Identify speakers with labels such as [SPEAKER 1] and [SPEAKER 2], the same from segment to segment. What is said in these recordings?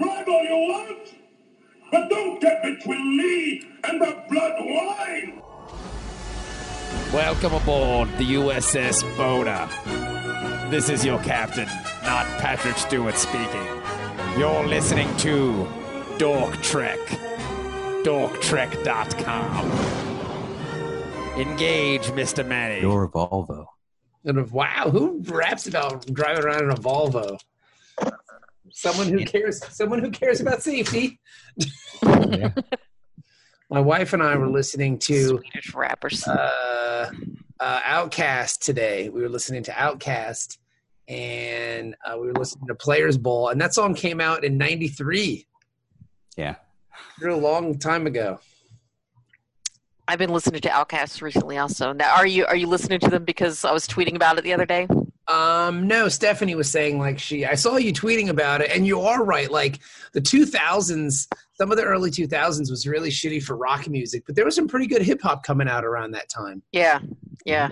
[SPEAKER 1] all you want, but don't get between me and the blood wine.
[SPEAKER 2] Welcome aboard the USS Boda. This is your captain, not Patrick Stewart speaking. You're listening to Dork Trek. DorkTrek.com. Engage, Mr. Manny.
[SPEAKER 3] Your Volvo.
[SPEAKER 4] And of- wow, who raps about driving around in a Volvo? Someone who cares. Someone who cares about safety.
[SPEAKER 3] Yeah.
[SPEAKER 4] My wife and I were listening to
[SPEAKER 5] Swedish rappers.
[SPEAKER 4] uh, uh, Outcast today. We were listening to Outcast, and uh, we were listening to Players Bowl, and that song came out in '93.
[SPEAKER 3] Yeah.
[SPEAKER 4] a long time ago.
[SPEAKER 5] I've been listening to Outcasts recently, also. Now, are you are you listening to them because I was tweeting about it the other day?
[SPEAKER 4] Um, no, Stephanie was saying like she. I saw you tweeting about it, and you are right. Like the 2000s, some of the early 2000s was really shitty for rock music, but there was some pretty good hip hop coming out around that time.
[SPEAKER 5] Yeah, yeah.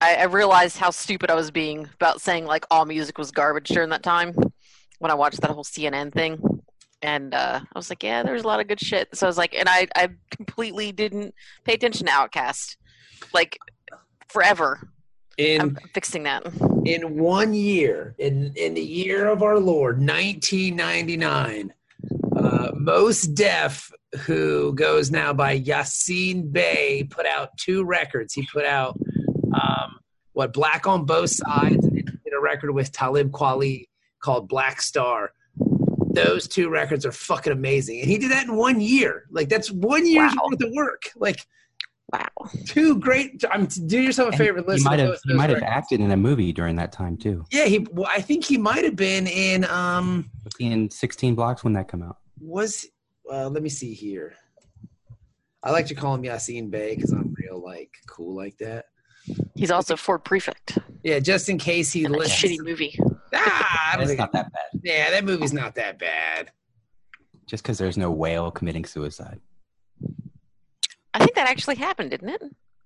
[SPEAKER 5] I, I realized how stupid I was being about saying like all music was garbage during that time when I watched that whole CNN thing, and uh, I was like, yeah, there's a lot of good shit. So I was like, and I I completely didn't pay attention to Outcast, like forever. I'm
[SPEAKER 4] In
[SPEAKER 5] fixing that.
[SPEAKER 4] in one year, in in the year of our Lord, 1999, uh, Most Def, who goes now by Yassine Bey, put out two records. He put out um, what Black on Both Sides, and then he did a record with Talib Kweli called Black Star. Those two records are fucking amazing, and he did that in one year. Like that's one year's
[SPEAKER 5] Wow.
[SPEAKER 4] worth of work. Like
[SPEAKER 5] Wow.
[SPEAKER 4] two great. I'm do yourself a
[SPEAKER 3] And
[SPEAKER 4] favor.
[SPEAKER 3] He
[SPEAKER 4] Listen,
[SPEAKER 3] might
[SPEAKER 4] to
[SPEAKER 3] have
[SPEAKER 4] those-
[SPEAKER 3] he
[SPEAKER 4] those
[SPEAKER 3] might have
[SPEAKER 4] records.
[SPEAKER 3] acted in a movie during that time too.
[SPEAKER 4] Yeah, he. Well, I think he might have been in. Um,
[SPEAKER 3] Was he in 16 blocks when that come out?
[SPEAKER 4] was uh, let me see here. I like to call him Yassine Bey because I'm real like cool like that.
[SPEAKER 5] He's also Ford Prefect.
[SPEAKER 4] Yeah, just in case he
[SPEAKER 5] in that shitty
[SPEAKER 4] listens.
[SPEAKER 5] movie.
[SPEAKER 4] Ah, I don't
[SPEAKER 3] That's
[SPEAKER 4] think-
[SPEAKER 3] not that bad.
[SPEAKER 4] yeah, that movie's not that bad.
[SPEAKER 3] Just because there's no whale committing suicide.
[SPEAKER 5] I think that actually happened, didn't it?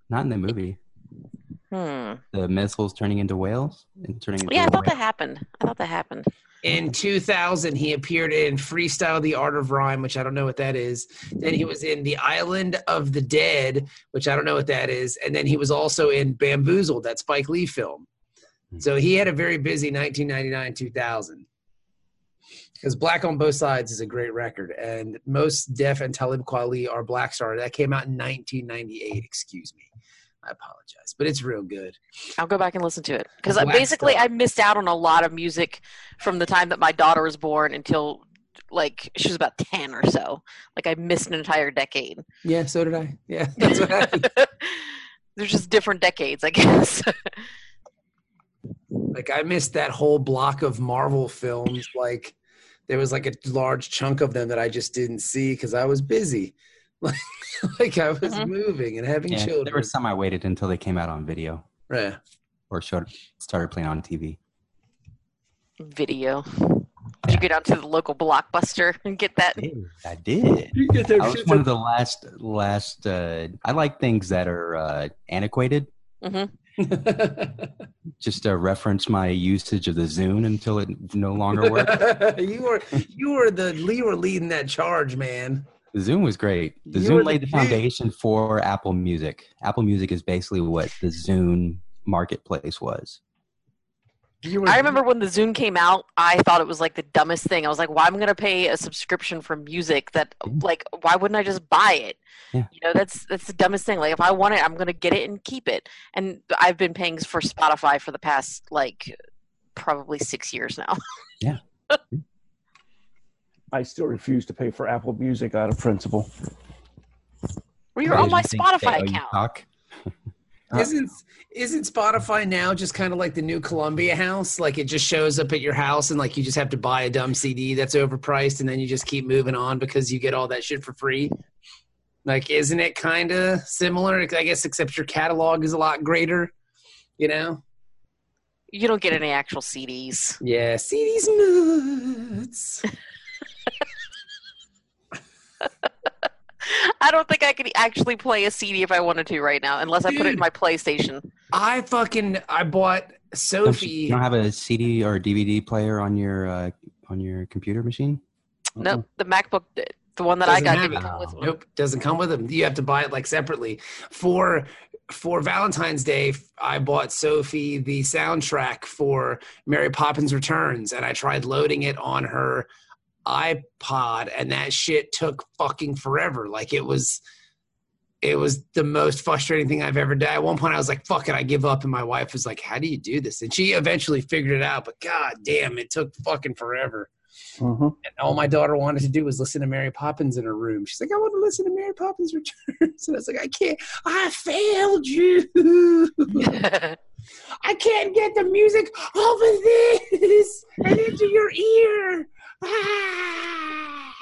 [SPEAKER 3] Not in the movie.
[SPEAKER 5] Hmm.
[SPEAKER 3] The missiles turning into whales and turning. Into
[SPEAKER 5] Yeah, I
[SPEAKER 3] a
[SPEAKER 5] thought
[SPEAKER 3] whale.
[SPEAKER 5] that happened. I thought that happened.
[SPEAKER 4] In 2000, he appeared in Freestyle: The Art of Rhyme, which I don't know what that is. Then he was in The Island of the Dead, which I don't know what that is. And then he was also in Bamboozled, that Spike Lee film. So he had a very busy 1999 2000. Because Black on Both Sides is a great record, and most Def and Talib Kweli are Black Star. That came out in 1998. Excuse me, I apologize, but it's real good.
[SPEAKER 5] I'll go back and listen to it because
[SPEAKER 4] Black
[SPEAKER 5] basically
[SPEAKER 4] Star.
[SPEAKER 5] I missed out on a lot of music from the time that my daughter was born until like she was about ten or so. Like I missed an entire decade.
[SPEAKER 4] Yeah, so did I. Yeah, that's what I,
[SPEAKER 5] There's just different decades, I guess.
[SPEAKER 4] Like I missed that whole block of Marvel films. Like there was like a large chunk of them that I just didn't see because I was busy. Like, I was
[SPEAKER 5] Mhm.
[SPEAKER 4] moving and having
[SPEAKER 3] Yeah,
[SPEAKER 4] children.
[SPEAKER 3] there were some I waited until they came out on video
[SPEAKER 4] yeah.
[SPEAKER 3] or showed, started playing on TV.
[SPEAKER 5] Video. Did you go down to the local blockbuster and get that?
[SPEAKER 3] I did.
[SPEAKER 4] You get that
[SPEAKER 3] I was one of the last last. Uh, I like things that are uh, antiquated. Just uh, reference my usage of the Zune until it no longer works.
[SPEAKER 4] you were you were the you were leading that charge, man.
[SPEAKER 3] the Zune was great. The
[SPEAKER 4] You were
[SPEAKER 3] Zune
[SPEAKER 4] the
[SPEAKER 3] laid the
[SPEAKER 4] dude.
[SPEAKER 3] foundation for Apple Music. Apple Music is basically what the Zune marketplace was.
[SPEAKER 4] You were,
[SPEAKER 5] I remember when the Zune came out, I thought it was like the dumbest thing. I was like, why am I going to pay a subscription for music that
[SPEAKER 3] Yeah.
[SPEAKER 5] like why wouldn't I just buy it?
[SPEAKER 3] Yeah.
[SPEAKER 5] You know, that's that's the dumbest thing. Like if I want it, I'm going to get it and keep it. And I've been paying for Spotify for the past like probably 6 years now.
[SPEAKER 6] I still refuse to pay for Apple Music out of principle.
[SPEAKER 5] Well, you're on my
[SPEAKER 3] oh,
[SPEAKER 5] Spotify account.
[SPEAKER 3] Talk. Uh,
[SPEAKER 4] Isn't isn't Spotify now just kind of like the new Columbia House? Like it just shows up at your house and like you just have to buy a dumb CD that's overpriced and then you just keep moving on because you get all that shit for free. Like isn't it kind of similar? I guess except your catalog is a lot greater. You know?
[SPEAKER 5] You don't get any actual CDs.
[SPEAKER 4] Yeah, CDs nuts.
[SPEAKER 5] I don't think I could actually play a CD if I wanted to right now unless I put it in
[SPEAKER 4] Dude.
[SPEAKER 5] my PlayStation.
[SPEAKER 4] I fucking I bought
[SPEAKER 3] Don't you, you
[SPEAKER 4] Sophie.
[SPEAKER 3] don't have a CD or DVD player on your uh, on your computer machine?
[SPEAKER 5] Nope. The MacBook, the one that
[SPEAKER 4] Doesn't
[SPEAKER 5] I got,
[SPEAKER 4] have
[SPEAKER 5] didn't
[SPEAKER 4] it.
[SPEAKER 5] come with one.
[SPEAKER 4] Nope, doesn't come with them. You have to buy it like separately. For for Valentine's Day, I bought Sophie the soundtrack for Mary Poppins Returns, and I tried loading it on her iPod, and that shit took fucking forever. Like it was. It was the most frustrating thing I've ever done. At one point, I was like, "Fuck it, I give up." And my wife was like, "How do you do this?" And she eventually figured it out. But god damn, it took fucking forever.
[SPEAKER 7] Mhm.
[SPEAKER 4] And all my daughter wanted to do was listen to Mary Poppins in her room. She's like, I want to listen to Mary Poppins Returns. And I was like, I can't. I failed you. I can't get the music over this and into your ear. Ah.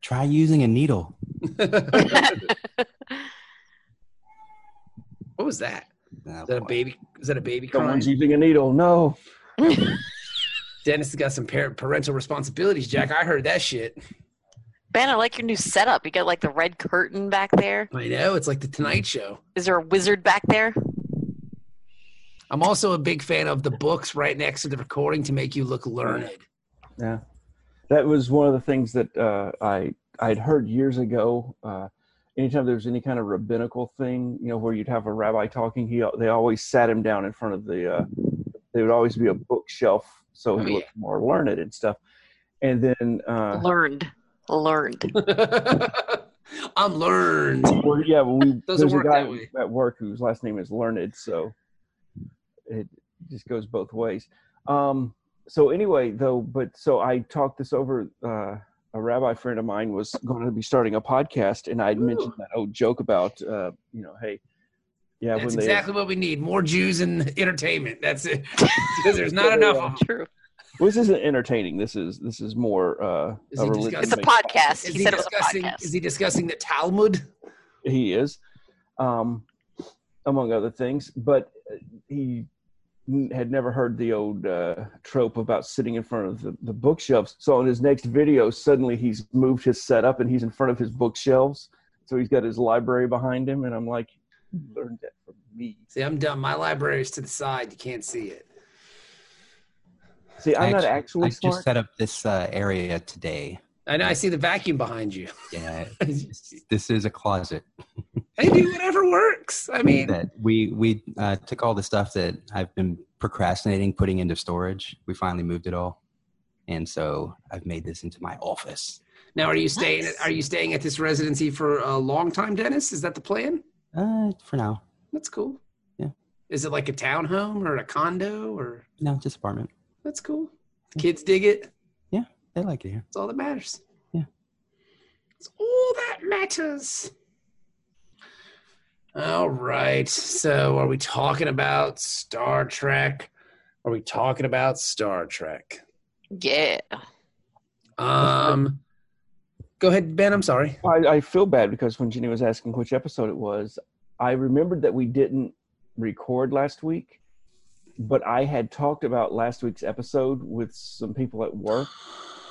[SPEAKER 3] Try using a needle.
[SPEAKER 4] What was that?
[SPEAKER 3] Oh,
[SPEAKER 4] Is that a
[SPEAKER 3] boy.
[SPEAKER 4] baby? Is that a baby crying?
[SPEAKER 7] Someone's using a needle. No.
[SPEAKER 4] Dennis has got some par- parental responsibilities, Jack. I heard that shit.
[SPEAKER 5] ben, I like your new setup. You got like the red curtain back there.
[SPEAKER 4] I know. It's like the Tonight Show.
[SPEAKER 5] Is there a wizard back there?
[SPEAKER 4] I'm also a big fan of the books right next to the recording to make you look learned.
[SPEAKER 7] Yeah, that was one of the things that uh, I I'd heard years ago. Uh, anytime there was any kind of rabbinical thing, you know, where you'd have a rabbi talking, he they always sat him down in front of the. Uh, there would always be a bookshelf, so
[SPEAKER 4] Oh,
[SPEAKER 7] he
[SPEAKER 4] yeah.
[SPEAKER 7] looked more learned and stuff. And then,
[SPEAKER 4] Uh-huh.
[SPEAKER 7] uh,
[SPEAKER 5] Learned. Learned.
[SPEAKER 4] I'm learned.
[SPEAKER 7] well, yeah, well, we,
[SPEAKER 4] Doesn't
[SPEAKER 7] there's
[SPEAKER 4] work
[SPEAKER 7] a guy
[SPEAKER 4] that way.
[SPEAKER 7] at work whose last name is Learned, so it just goes both ways. Um, so anyway, though, but so I talked this over. Uh, a rabbi friend of mine was going to be starting a podcast, and I would mentioned that old joke about, uh, you know, hey, yeah,
[SPEAKER 4] That's
[SPEAKER 7] when they
[SPEAKER 4] exactly what we need. More Jews in entertainment. That's it. Because there's not enough of them.
[SPEAKER 5] True.
[SPEAKER 7] well, this isn't entertaining. This is this is more uh,
[SPEAKER 4] Is
[SPEAKER 7] a
[SPEAKER 4] he
[SPEAKER 7] religion.
[SPEAKER 5] It's a
[SPEAKER 4] Like, Is
[SPEAKER 5] podcast. He
[SPEAKER 4] he
[SPEAKER 5] said it was a
[SPEAKER 4] discussing is
[SPEAKER 5] podcast.
[SPEAKER 4] he discussing the Talmud?
[SPEAKER 7] he is, um, among other things. But uh, he n- had never heard the old uh, trope about sitting in front of the, the bookshelves. So in his next video, suddenly he's moved his setup and he's in front of his bookshelves. So he's got his library behind him, and I'm like, you learned that from me.
[SPEAKER 4] See, I'm done. My library is to the side. You can't see it.
[SPEAKER 7] See, I'm not
[SPEAKER 3] Actu-
[SPEAKER 7] actually
[SPEAKER 3] I
[SPEAKER 7] smart.
[SPEAKER 3] just set up this uh, area today.
[SPEAKER 4] I know I see the vacuum behind you.
[SPEAKER 3] Yeah,
[SPEAKER 4] I
[SPEAKER 3] this is a closet
[SPEAKER 4] do whatever works. I mean
[SPEAKER 3] that we we uh, took all the stuff that I've been procrastinating putting into storage. We finally moved it all, and so I've made this into my office.
[SPEAKER 4] now are you staying
[SPEAKER 5] Nice.
[SPEAKER 4] are you staying at this residency for a long time, Dennis? Is that the plan?
[SPEAKER 3] Uh, for now,
[SPEAKER 4] That's cool.
[SPEAKER 3] Yeah.
[SPEAKER 4] Is it like a townhome or a condo or
[SPEAKER 3] no, just apartment.
[SPEAKER 4] that's cool. Kids dig it.
[SPEAKER 3] They like it here.
[SPEAKER 4] It's all that matters.
[SPEAKER 3] Yeah.
[SPEAKER 4] It's all that matters. All right. So, are we talking about Star Trek? Are we talking about Star Trek?
[SPEAKER 5] Yeah.
[SPEAKER 4] Um, go ahead, Ben. I'm sorry.
[SPEAKER 7] I, I feel bad because when Jenny was asking which episode it was, I remembered that we didn't record last week, but I had talked about last week's episode with some people at work.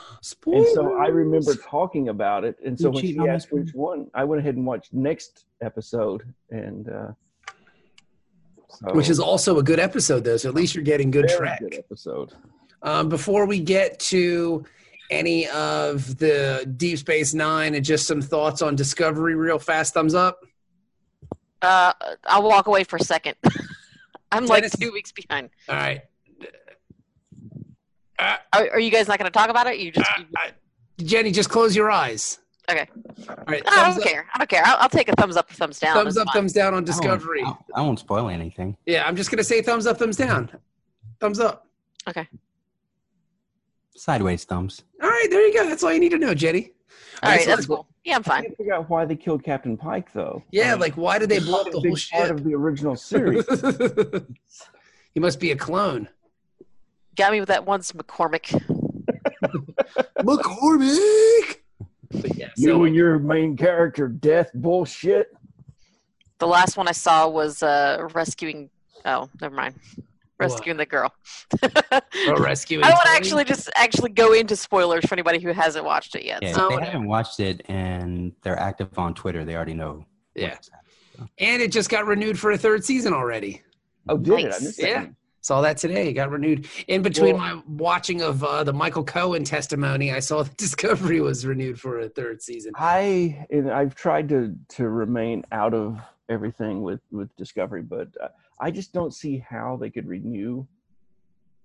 [SPEAKER 7] And
[SPEAKER 4] Spoilers.
[SPEAKER 7] so I remember talking about it. And so
[SPEAKER 3] You
[SPEAKER 7] when
[SPEAKER 3] cheated
[SPEAKER 7] she
[SPEAKER 3] on
[SPEAKER 7] asked
[SPEAKER 3] us, man.
[SPEAKER 7] which one, I went ahead and watched next episode. And uh, so
[SPEAKER 4] Which is also a good episode, though. So at least you're getting good
[SPEAKER 7] very
[SPEAKER 4] track.
[SPEAKER 7] good episode.
[SPEAKER 4] Um, before we get to any of the Deep Space Nine and just some thoughts on Discovery, real fast, thumbs up.
[SPEAKER 5] Uh, I'll walk away for a second. I'm like
[SPEAKER 4] Dennis-
[SPEAKER 5] two weeks behind.
[SPEAKER 4] All right.
[SPEAKER 5] Are, are you guys not going to talk about it? You just.
[SPEAKER 4] I- I- Jenny, just close your eyes.
[SPEAKER 5] Okay. Oh,
[SPEAKER 4] All right.
[SPEAKER 5] I
[SPEAKER 4] Thumbs
[SPEAKER 5] don't
[SPEAKER 4] up,
[SPEAKER 5] care. I don't care. I'll, I'll take a thumbs up or thumbs down.
[SPEAKER 4] thumbs,
[SPEAKER 5] It's
[SPEAKER 4] up
[SPEAKER 5] fine. Oh,
[SPEAKER 4] thumbs down
[SPEAKER 3] I
[SPEAKER 4] on
[SPEAKER 3] won't-
[SPEAKER 4] Discovery.
[SPEAKER 3] I won't, I won't spoil anything.
[SPEAKER 4] Yeah, I'm just going to say thumbs up, thumbs down. Thumbs up.
[SPEAKER 3] Sideways thumbs.
[SPEAKER 4] All right. There you go. That's all you need to know, Jenny.
[SPEAKER 5] All right,
[SPEAKER 4] so
[SPEAKER 5] that's
[SPEAKER 4] like,
[SPEAKER 5] cool. Yeah, I'm
[SPEAKER 7] I
[SPEAKER 5] fine.
[SPEAKER 7] can't figure out why they killed Captain Pike, though.
[SPEAKER 4] Yeah, like, why did they blow up the
[SPEAKER 7] Oh, a
[SPEAKER 4] whole
[SPEAKER 7] big part
[SPEAKER 4] ship?
[SPEAKER 7] of the original series.
[SPEAKER 4] he must be a clone.
[SPEAKER 5] Got me with that once McCormick.
[SPEAKER 4] McCormick! But yeah,
[SPEAKER 7] you
[SPEAKER 4] so
[SPEAKER 7] and your main character, death bullshit.
[SPEAKER 5] The last one I saw was uh, rescuing. Oh, never mind.
[SPEAKER 4] What?
[SPEAKER 5] Rescuing the girl.
[SPEAKER 4] we're
[SPEAKER 5] I
[SPEAKER 4] rescuing.
[SPEAKER 5] don't want to
[SPEAKER 4] Tony?
[SPEAKER 5] actually just actually go into spoilers for anybody who hasn't watched it yet.
[SPEAKER 3] Yeah,
[SPEAKER 5] so-
[SPEAKER 3] if they haven't watched it and they're active on Twitter, they already know.
[SPEAKER 4] Yeah. And it just got renewed for a third season already.
[SPEAKER 7] Oh, did it? I
[SPEAKER 5] Nice.
[SPEAKER 7] missed that.
[SPEAKER 4] Yeah.
[SPEAKER 2] Saw that today. It got renewed. In between my watching of uh, the Michael Cohen testimony, I saw that Discovery was renewed for a third season.
[SPEAKER 7] I and I've tried to to remain out of everything with with Discovery, but uh, I just don't see how they could renew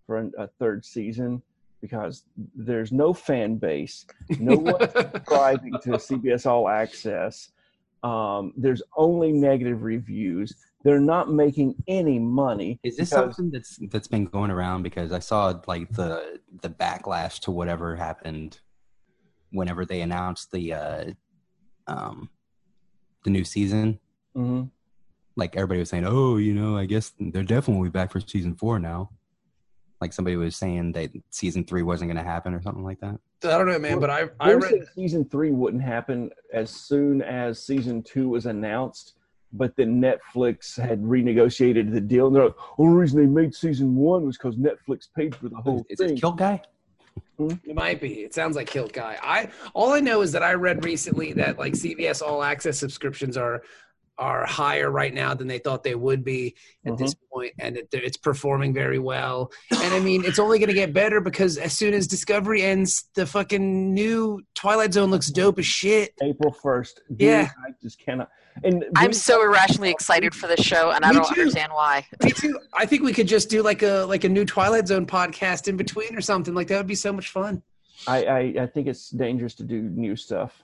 [SPEAKER 7] for an, a third season because there's no fan base, no one subscribing to CBS All Access. Um, there's only negative reviews. They're not making any money.
[SPEAKER 3] Is this
[SPEAKER 7] because-
[SPEAKER 3] something that's that's been going around? Because I saw like the the backlash to whatever happened whenever they announced the uh, um, the new season.
[SPEAKER 7] Mhm.
[SPEAKER 3] Like everybody was saying, "Oh, you know, I guess they're definitely back for season four now." Like somebody was saying that season three wasn't going to happen or something like that.
[SPEAKER 2] I don't know, man, but I I
[SPEAKER 7] They
[SPEAKER 2] read
[SPEAKER 7] said season three wouldn't happen as soon as season two was announced, but then Netflix had renegotiated the deal. And they're like, only reason they made season one was because Netflix paid for the whole
[SPEAKER 3] Is
[SPEAKER 7] thing.
[SPEAKER 3] it Kill Guy?
[SPEAKER 2] It might be. It sounds like Killed Guy. I all I know is that I read recently that like CBS All Access subscriptions are are higher right now than they thought they would be at this point, and that they're- it's performing very well. And I mean, it's only going to get better because as soon as Discovery ends, the fucking new Twilight Zone looks dope as shit.
[SPEAKER 7] April first.
[SPEAKER 2] Yeah.
[SPEAKER 7] I just cannot. And
[SPEAKER 5] I'm
[SPEAKER 7] these-
[SPEAKER 5] so irrationally excited for this show, and I
[SPEAKER 2] Me
[SPEAKER 5] don't
[SPEAKER 2] too.
[SPEAKER 5] understand why.
[SPEAKER 2] Me too. I think we could just do like a like a new Twilight Zone podcast in between or something. Like that would be so much fun.
[SPEAKER 7] I, I I think it's dangerous to do new stuff.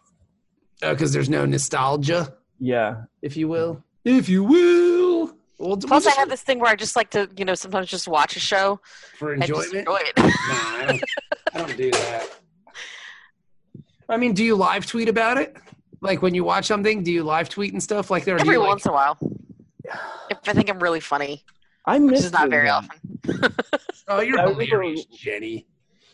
[SPEAKER 2] Because Oh, there's no nostalgia,
[SPEAKER 7] Yeah.
[SPEAKER 2] if you will. If you will. Well, we'll
[SPEAKER 5] Plus, I
[SPEAKER 2] just-
[SPEAKER 5] have this thing where I just like to, you know, sometimes just watch a show
[SPEAKER 2] for
[SPEAKER 5] and just
[SPEAKER 2] enjoyment.
[SPEAKER 5] enjoy it.
[SPEAKER 2] No, I don't, I don't do that. I mean, do you live tweet about it? Like when you watch something, do you live tweet and stuff like there? or do
[SPEAKER 5] Every
[SPEAKER 2] you, like-
[SPEAKER 5] once in a while, if I think I'm really funny,
[SPEAKER 7] I
[SPEAKER 5] which
[SPEAKER 7] miss
[SPEAKER 5] is not
[SPEAKER 7] doing
[SPEAKER 5] very
[SPEAKER 7] that.
[SPEAKER 5] often.
[SPEAKER 2] oh, you're
[SPEAKER 7] I remember-
[SPEAKER 2] hilarious, Jenny.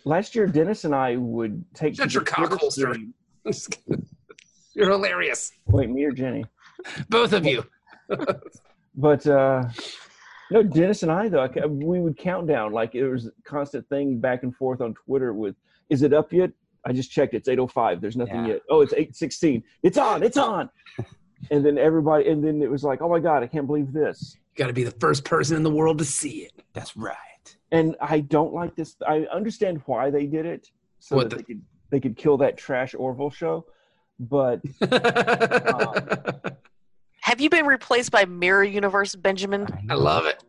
[SPEAKER 7] Last year, Dennis and I would take.
[SPEAKER 2] Shut
[SPEAKER 7] to
[SPEAKER 2] your
[SPEAKER 7] the
[SPEAKER 2] cock
[SPEAKER 7] Twitter
[SPEAKER 2] holster.
[SPEAKER 7] stream-
[SPEAKER 2] I'm just kidding. you're hilarious,
[SPEAKER 7] Wait, me or Jenny?
[SPEAKER 2] both of you.
[SPEAKER 7] But uh, no, Dennis and I though I ca- we would count down like it was a constant thing back and forth on Twitter with "Is it up yet?" I just checked. It's eight oh five. There's nothing
[SPEAKER 3] Yeah.
[SPEAKER 7] yet. Oh, it's eight sixteen. It's on. It's on. and then everybody, and then it was like, "Oh my god, I can't believe this."
[SPEAKER 2] You got to be the first person in the world to see it.
[SPEAKER 3] That's right.
[SPEAKER 7] And I don't like this. I understand why they did it so
[SPEAKER 2] What
[SPEAKER 7] that
[SPEAKER 2] the-
[SPEAKER 7] they could they could kill that trash Orville show. But
[SPEAKER 5] Have you been replaced by Mirror Universe Benjamin?
[SPEAKER 2] I love it.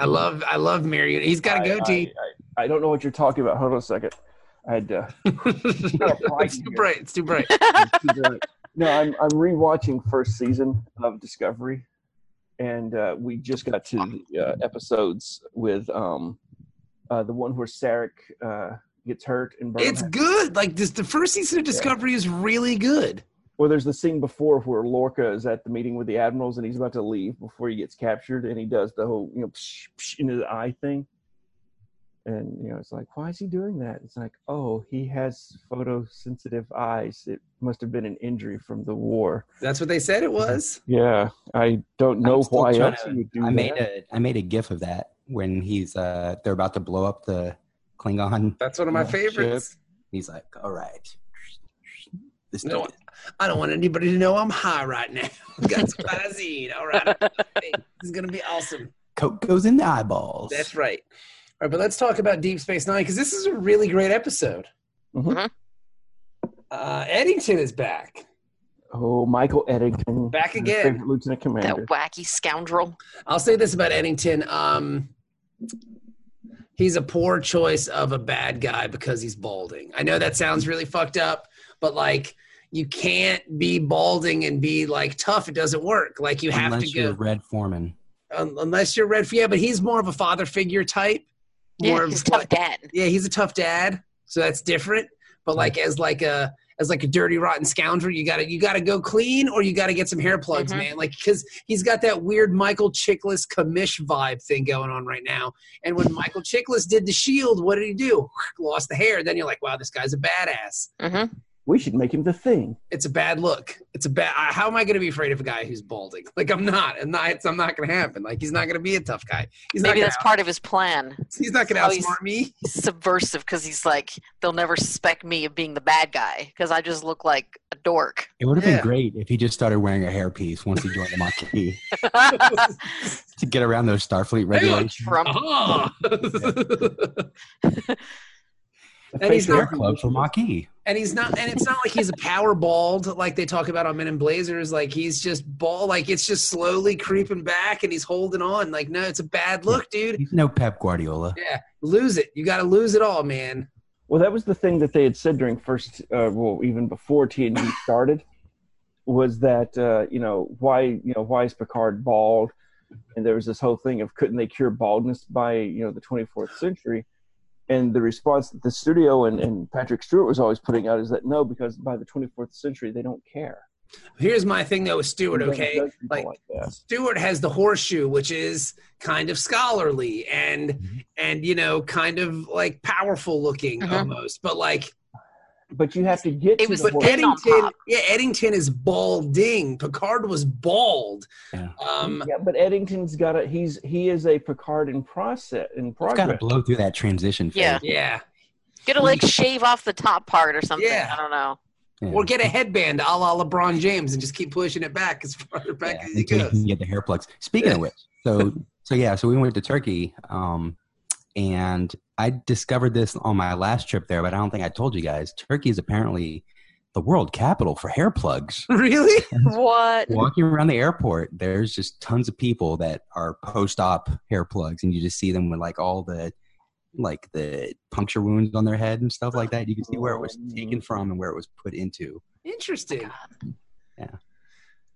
[SPEAKER 2] I love, I love Marion. He's got a
[SPEAKER 7] I-
[SPEAKER 2] goatee.
[SPEAKER 7] I, I, I don't know what you're talking about. Hold on a second. I had uh,
[SPEAKER 2] it's too bright. It's too bright.
[SPEAKER 7] no, I'm I'm rewatching first season of Discovery, and uh, we just got to the uh, episodes with um, uh, the one where Sarek uh, gets hurt and Burnham
[SPEAKER 2] It's
[SPEAKER 7] has-
[SPEAKER 2] good. Like this, the first season of Discovery is really good.
[SPEAKER 7] Well, there's the scene before where Lorca is at the meeting with the admirals and he's about to leave before he gets captured, and he does the whole you know psh, psh, into the eye thing. And you know, it's like, why is he doing that? It's like, oh, he has photosensitive eyes. It must have been an injury from the war.
[SPEAKER 2] That's what they said it was.
[SPEAKER 7] Yeah, I don't know
[SPEAKER 3] I'm still
[SPEAKER 7] why
[SPEAKER 3] trying
[SPEAKER 7] else
[SPEAKER 3] to-
[SPEAKER 7] he would do
[SPEAKER 3] I
[SPEAKER 7] that.
[SPEAKER 3] made a I made a gif of that when he's uh they're about to blow up the Klingon.
[SPEAKER 2] That's one of my
[SPEAKER 3] Yeah,
[SPEAKER 2] favorites.
[SPEAKER 3] He's like, all right. This
[SPEAKER 2] No,
[SPEAKER 3] dude-
[SPEAKER 2] I don't want anybody to know I'm high right now. Got some Visine. All right. Hey, This is going to be awesome.
[SPEAKER 3] coke goes in the eyeballs.
[SPEAKER 2] That's right. All right, but let's talk about Deep Space Nine because this is a really great episode.
[SPEAKER 7] Mhm.
[SPEAKER 5] Mhm.
[SPEAKER 2] Uh, Eddington is back.
[SPEAKER 7] oh, Michael Eddington,
[SPEAKER 2] Back
[SPEAKER 7] your
[SPEAKER 2] again.
[SPEAKER 7] favorite lieutenant
[SPEAKER 5] That
[SPEAKER 7] commander.
[SPEAKER 5] wacky scoundrel.
[SPEAKER 2] I'll say this about Eddington. Um, he's a poor choice of a bad guy because he's balding. I know that sounds really fucked up, but like you can't be balding and be like tough. It doesn't work. Like you have
[SPEAKER 3] Unless
[SPEAKER 2] to
[SPEAKER 3] you're
[SPEAKER 2] go
[SPEAKER 3] Red Foreman.
[SPEAKER 2] un- unless you're red. Yeah, but he's more of a father figure type. More
[SPEAKER 5] Yeah,
[SPEAKER 2] of
[SPEAKER 5] he's a tough
[SPEAKER 2] like-
[SPEAKER 5] dad.
[SPEAKER 2] yeah, he's a tough dad, so that's different. But like as like a as like a dirty rotten scoundrel, you gotta you gotta go clean or you gotta get some hair plugs,
[SPEAKER 5] Mhm.
[SPEAKER 2] man. Like because he's got that weird Michael Chiklis commish vibe thing going on right now. And when Michael Chiklis did the Shield, what did he do? Lost the hair. Then you're like, wow, this guy's a badass.
[SPEAKER 5] Mhm.
[SPEAKER 7] We should make him the thing.
[SPEAKER 2] It's a bad look. It's a bad. I- How am I going to be afraid of a guy who's balding? Like I'm not. I'm not. It's, I'm not going to happen. Like he's not going to be a tough guy. He's
[SPEAKER 5] Maybe
[SPEAKER 2] not.
[SPEAKER 5] that's part of his plan.
[SPEAKER 2] Gonna, he's not going to
[SPEAKER 5] how he's-
[SPEAKER 2] outsmart me.
[SPEAKER 5] He's subversive because he's like, they'll never suspect me of being the bad guy because I just look like a dork.
[SPEAKER 3] It would have
[SPEAKER 2] Yeah.
[SPEAKER 3] been great if he just started wearing a hairpiece once he joined the Maquis to get around those Starfleet regulations.
[SPEAKER 5] Trump.
[SPEAKER 2] Ah.
[SPEAKER 7] The
[SPEAKER 2] he's
[SPEAKER 7] face
[SPEAKER 2] not-
[SPEAKER 3] Hair
[SPEAKER 7] hair
[SPEAKER 3] club for E. Maquis.
[SPEAKER 2] and he's not and it's not like he's a power bald like they talk about on men in blazers like he's just bald like it's just slowly creeping back and he's holding on like no it's a bad look dude
[SPEAKER 3] He's no Pep Guardiola.
[SPEAKER 2] yeah lose it you gotta lose it all man
[SPEAKER 7] Well, that was the thing that they had said during first, uh, well, even before TNG started, was that uh, you know why you know why is Picard bald? And there was this whole thing of couldn't they cure baldness by you know the 24th century? And the response that the studio and, and Patrick Stewart was always putting out is that no, because by the 24th century they don't care.
[SPEAKER 2] here's my thing though with stewart
[SPEAKER 7] They don't
[SPEAKER 2] okay
[SPEAKER 7] judge people
[SPEAKER 2] Like-
[SPEAKER 7] that.
[SPEAKER 2] Stewart has the horseshoe, which is kind of scholarly and and you know kind of like powerful looking
[SPEAKER 5] Uh-huh.
[SPEAKER 2] almost, but like
[SPEAKER 7] But you have to get.
[SPEAKER 5] It
[SPEAKER 7] to
[SPEAKER 5] was
[SPEAKER 7] the
[SPEAKER 2] but
[SPEAKER 5] Well,
[SPEAKER 7] point-
[SPEAKER 5] getting- on
[SPEAKER 2] Eddington,
[SPEAKER 5] top.
[SPEAKER 2] yeah, Eddington is balding. Picard was bald.
[SPEAKER 3] Yeah.
[SPEAKER 2] Um,
[SPEAKER 7] yeah, but Eddington's got a he's he is a Picard in process in
[SPEAKER 3] He's got to
[SPEAKER 7] progress.
[SPEAKER 3] blow through that transition phase.
[SPEAKER 5] Yeah.
[SPEAKER 2] yeah,
[SPEAKER 5] Gonna like shave off the top part or something.
[SPEAKER 2] Yeah.
[SPEAKER 5] I don't know.
[SPEAKER 3] Yeah.
[SPEAKER 2] or get a headband, a la LeBron James, and just keep pushing it back as farther back
[SPEAKER 3] Yeah,
[SPEAKER 2] as you
[SPEAKER 3] until you
[SPEAKER 2] go.
[SPEAKER 3] can get the hair plugs. Speaking of which, so so yeah, so we went to Turkey, um, and I discovered this on my last trip there, but I don't think I told you guys. Turkey is apparently the world capital for hair plugs.
[SPEAKER 2] Really?
[SPEAKER 5] What?
[SPEAKER 3] Walking around the airport, there's just tons of people that are post-op hair plugs, and you just see them with like all the like the puncture wounds on their head and stuff like that. You can see where it was taken from and where it was put into.
[SPEAKER 2] Interesting.
[SPEAKER 3] Yeah.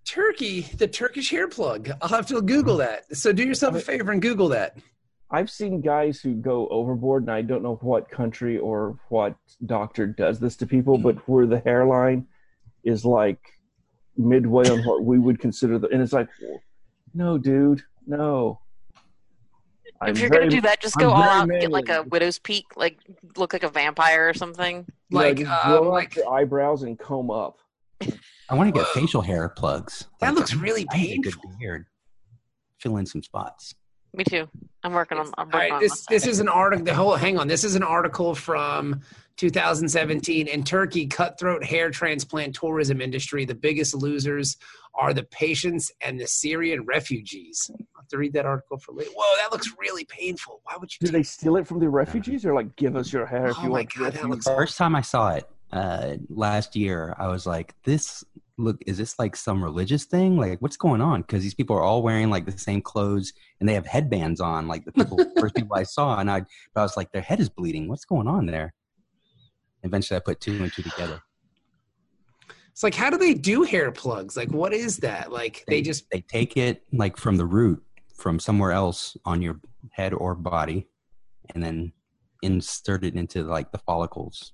[SPEAKER 2] Turkey, the Turkish hair plug. I'll have to Google that. So do yourself a favor and Google that.
[SPEAKER 7] I've seen guys who go overboard, and I don't know what country or what doctor does this to people,
[SPEAKER 2] Mm-hmm.
[SPEAKER 7] but where the hairline is like midway on what we would consider the, and it's like, no, dude, no. I'm
[SPEAKER 5] If you're
[SPEAKER 7] very-
[SPEAKER 5] gonna do that, just
[SPEAKER 7] I'm
[SPEAKER 5] go all
[SPEAKER 7] very
[SPEAKER 5] out and get
[SPEAKER 7] manly.
[SPEAKER 5] like a widow's peak, like look like a vampire or something.
[SPEAKER 7] you know,
[SPEAKER 2] Like,
[SPEAKER 7] just
[SPEAKER 2] um,
[SPEAKER 7] blow out
[SPEAKER 2] like
[SPEAKER 7] your eyebrows and comb up.
[SPEAKER 3] I want to get
[SPEAKER 2] Whoa.
[SPEAKER 3] facial hair plugs.
[SPEAKER 2] that
[SPEAKER 3] Like,
[SPEAKER 2] looks really
[SPEAKER 3] I need a good
[SPEAKER 2] painful.
[SPEAKER 3] beard. Fill in some spots.
[SPEAKER 5] Me too. I'm working on.
[SPEAKER 2] All
[SPEAKER 5] I'm working
[SPEAKER 2] right,
[SPEAKER 5] on
[SPEAKER 2] this this is an article. The whole hang on. This is an article from 2017 in Turkey. Cutthroat hair transplant tourism industry. The biggest losers are the patients and the Syrian refugees. I have to read that article for later. Whoa, that looks really painful. Why would you?
[SPEAKER 7] Do
[SPEAKER 2] do
[SPEAKER 7] they steal it from the refugees, or like give us your hair if
[SPEAKER 2] Oh
[SPEAKER 7] you
[SPEAKER 2] my
[SPEAKER 7] want? to
[SPEAKER 2] God, that
[SPEAKER 7] refuse?
[SPEAKER 2] looks-
[SPEAKER 3] First time I saw it uh, last year, I was like, "This look is this like some religious thing? Like, what's going on?" Because these people are all wearing like the same clothes and they have headbands on. Like the people, first people I saw, and I, but I was like, "Their head is bleeding. What's going on there?" Eventually, I put two and two together.
[SPEAKER 2] It's like how do they do hair plugs? Like what is that? Like they just
[SPEAKER 3] They take it like from the root, from somewhere else on your head or body, and then insert it into like the follicles,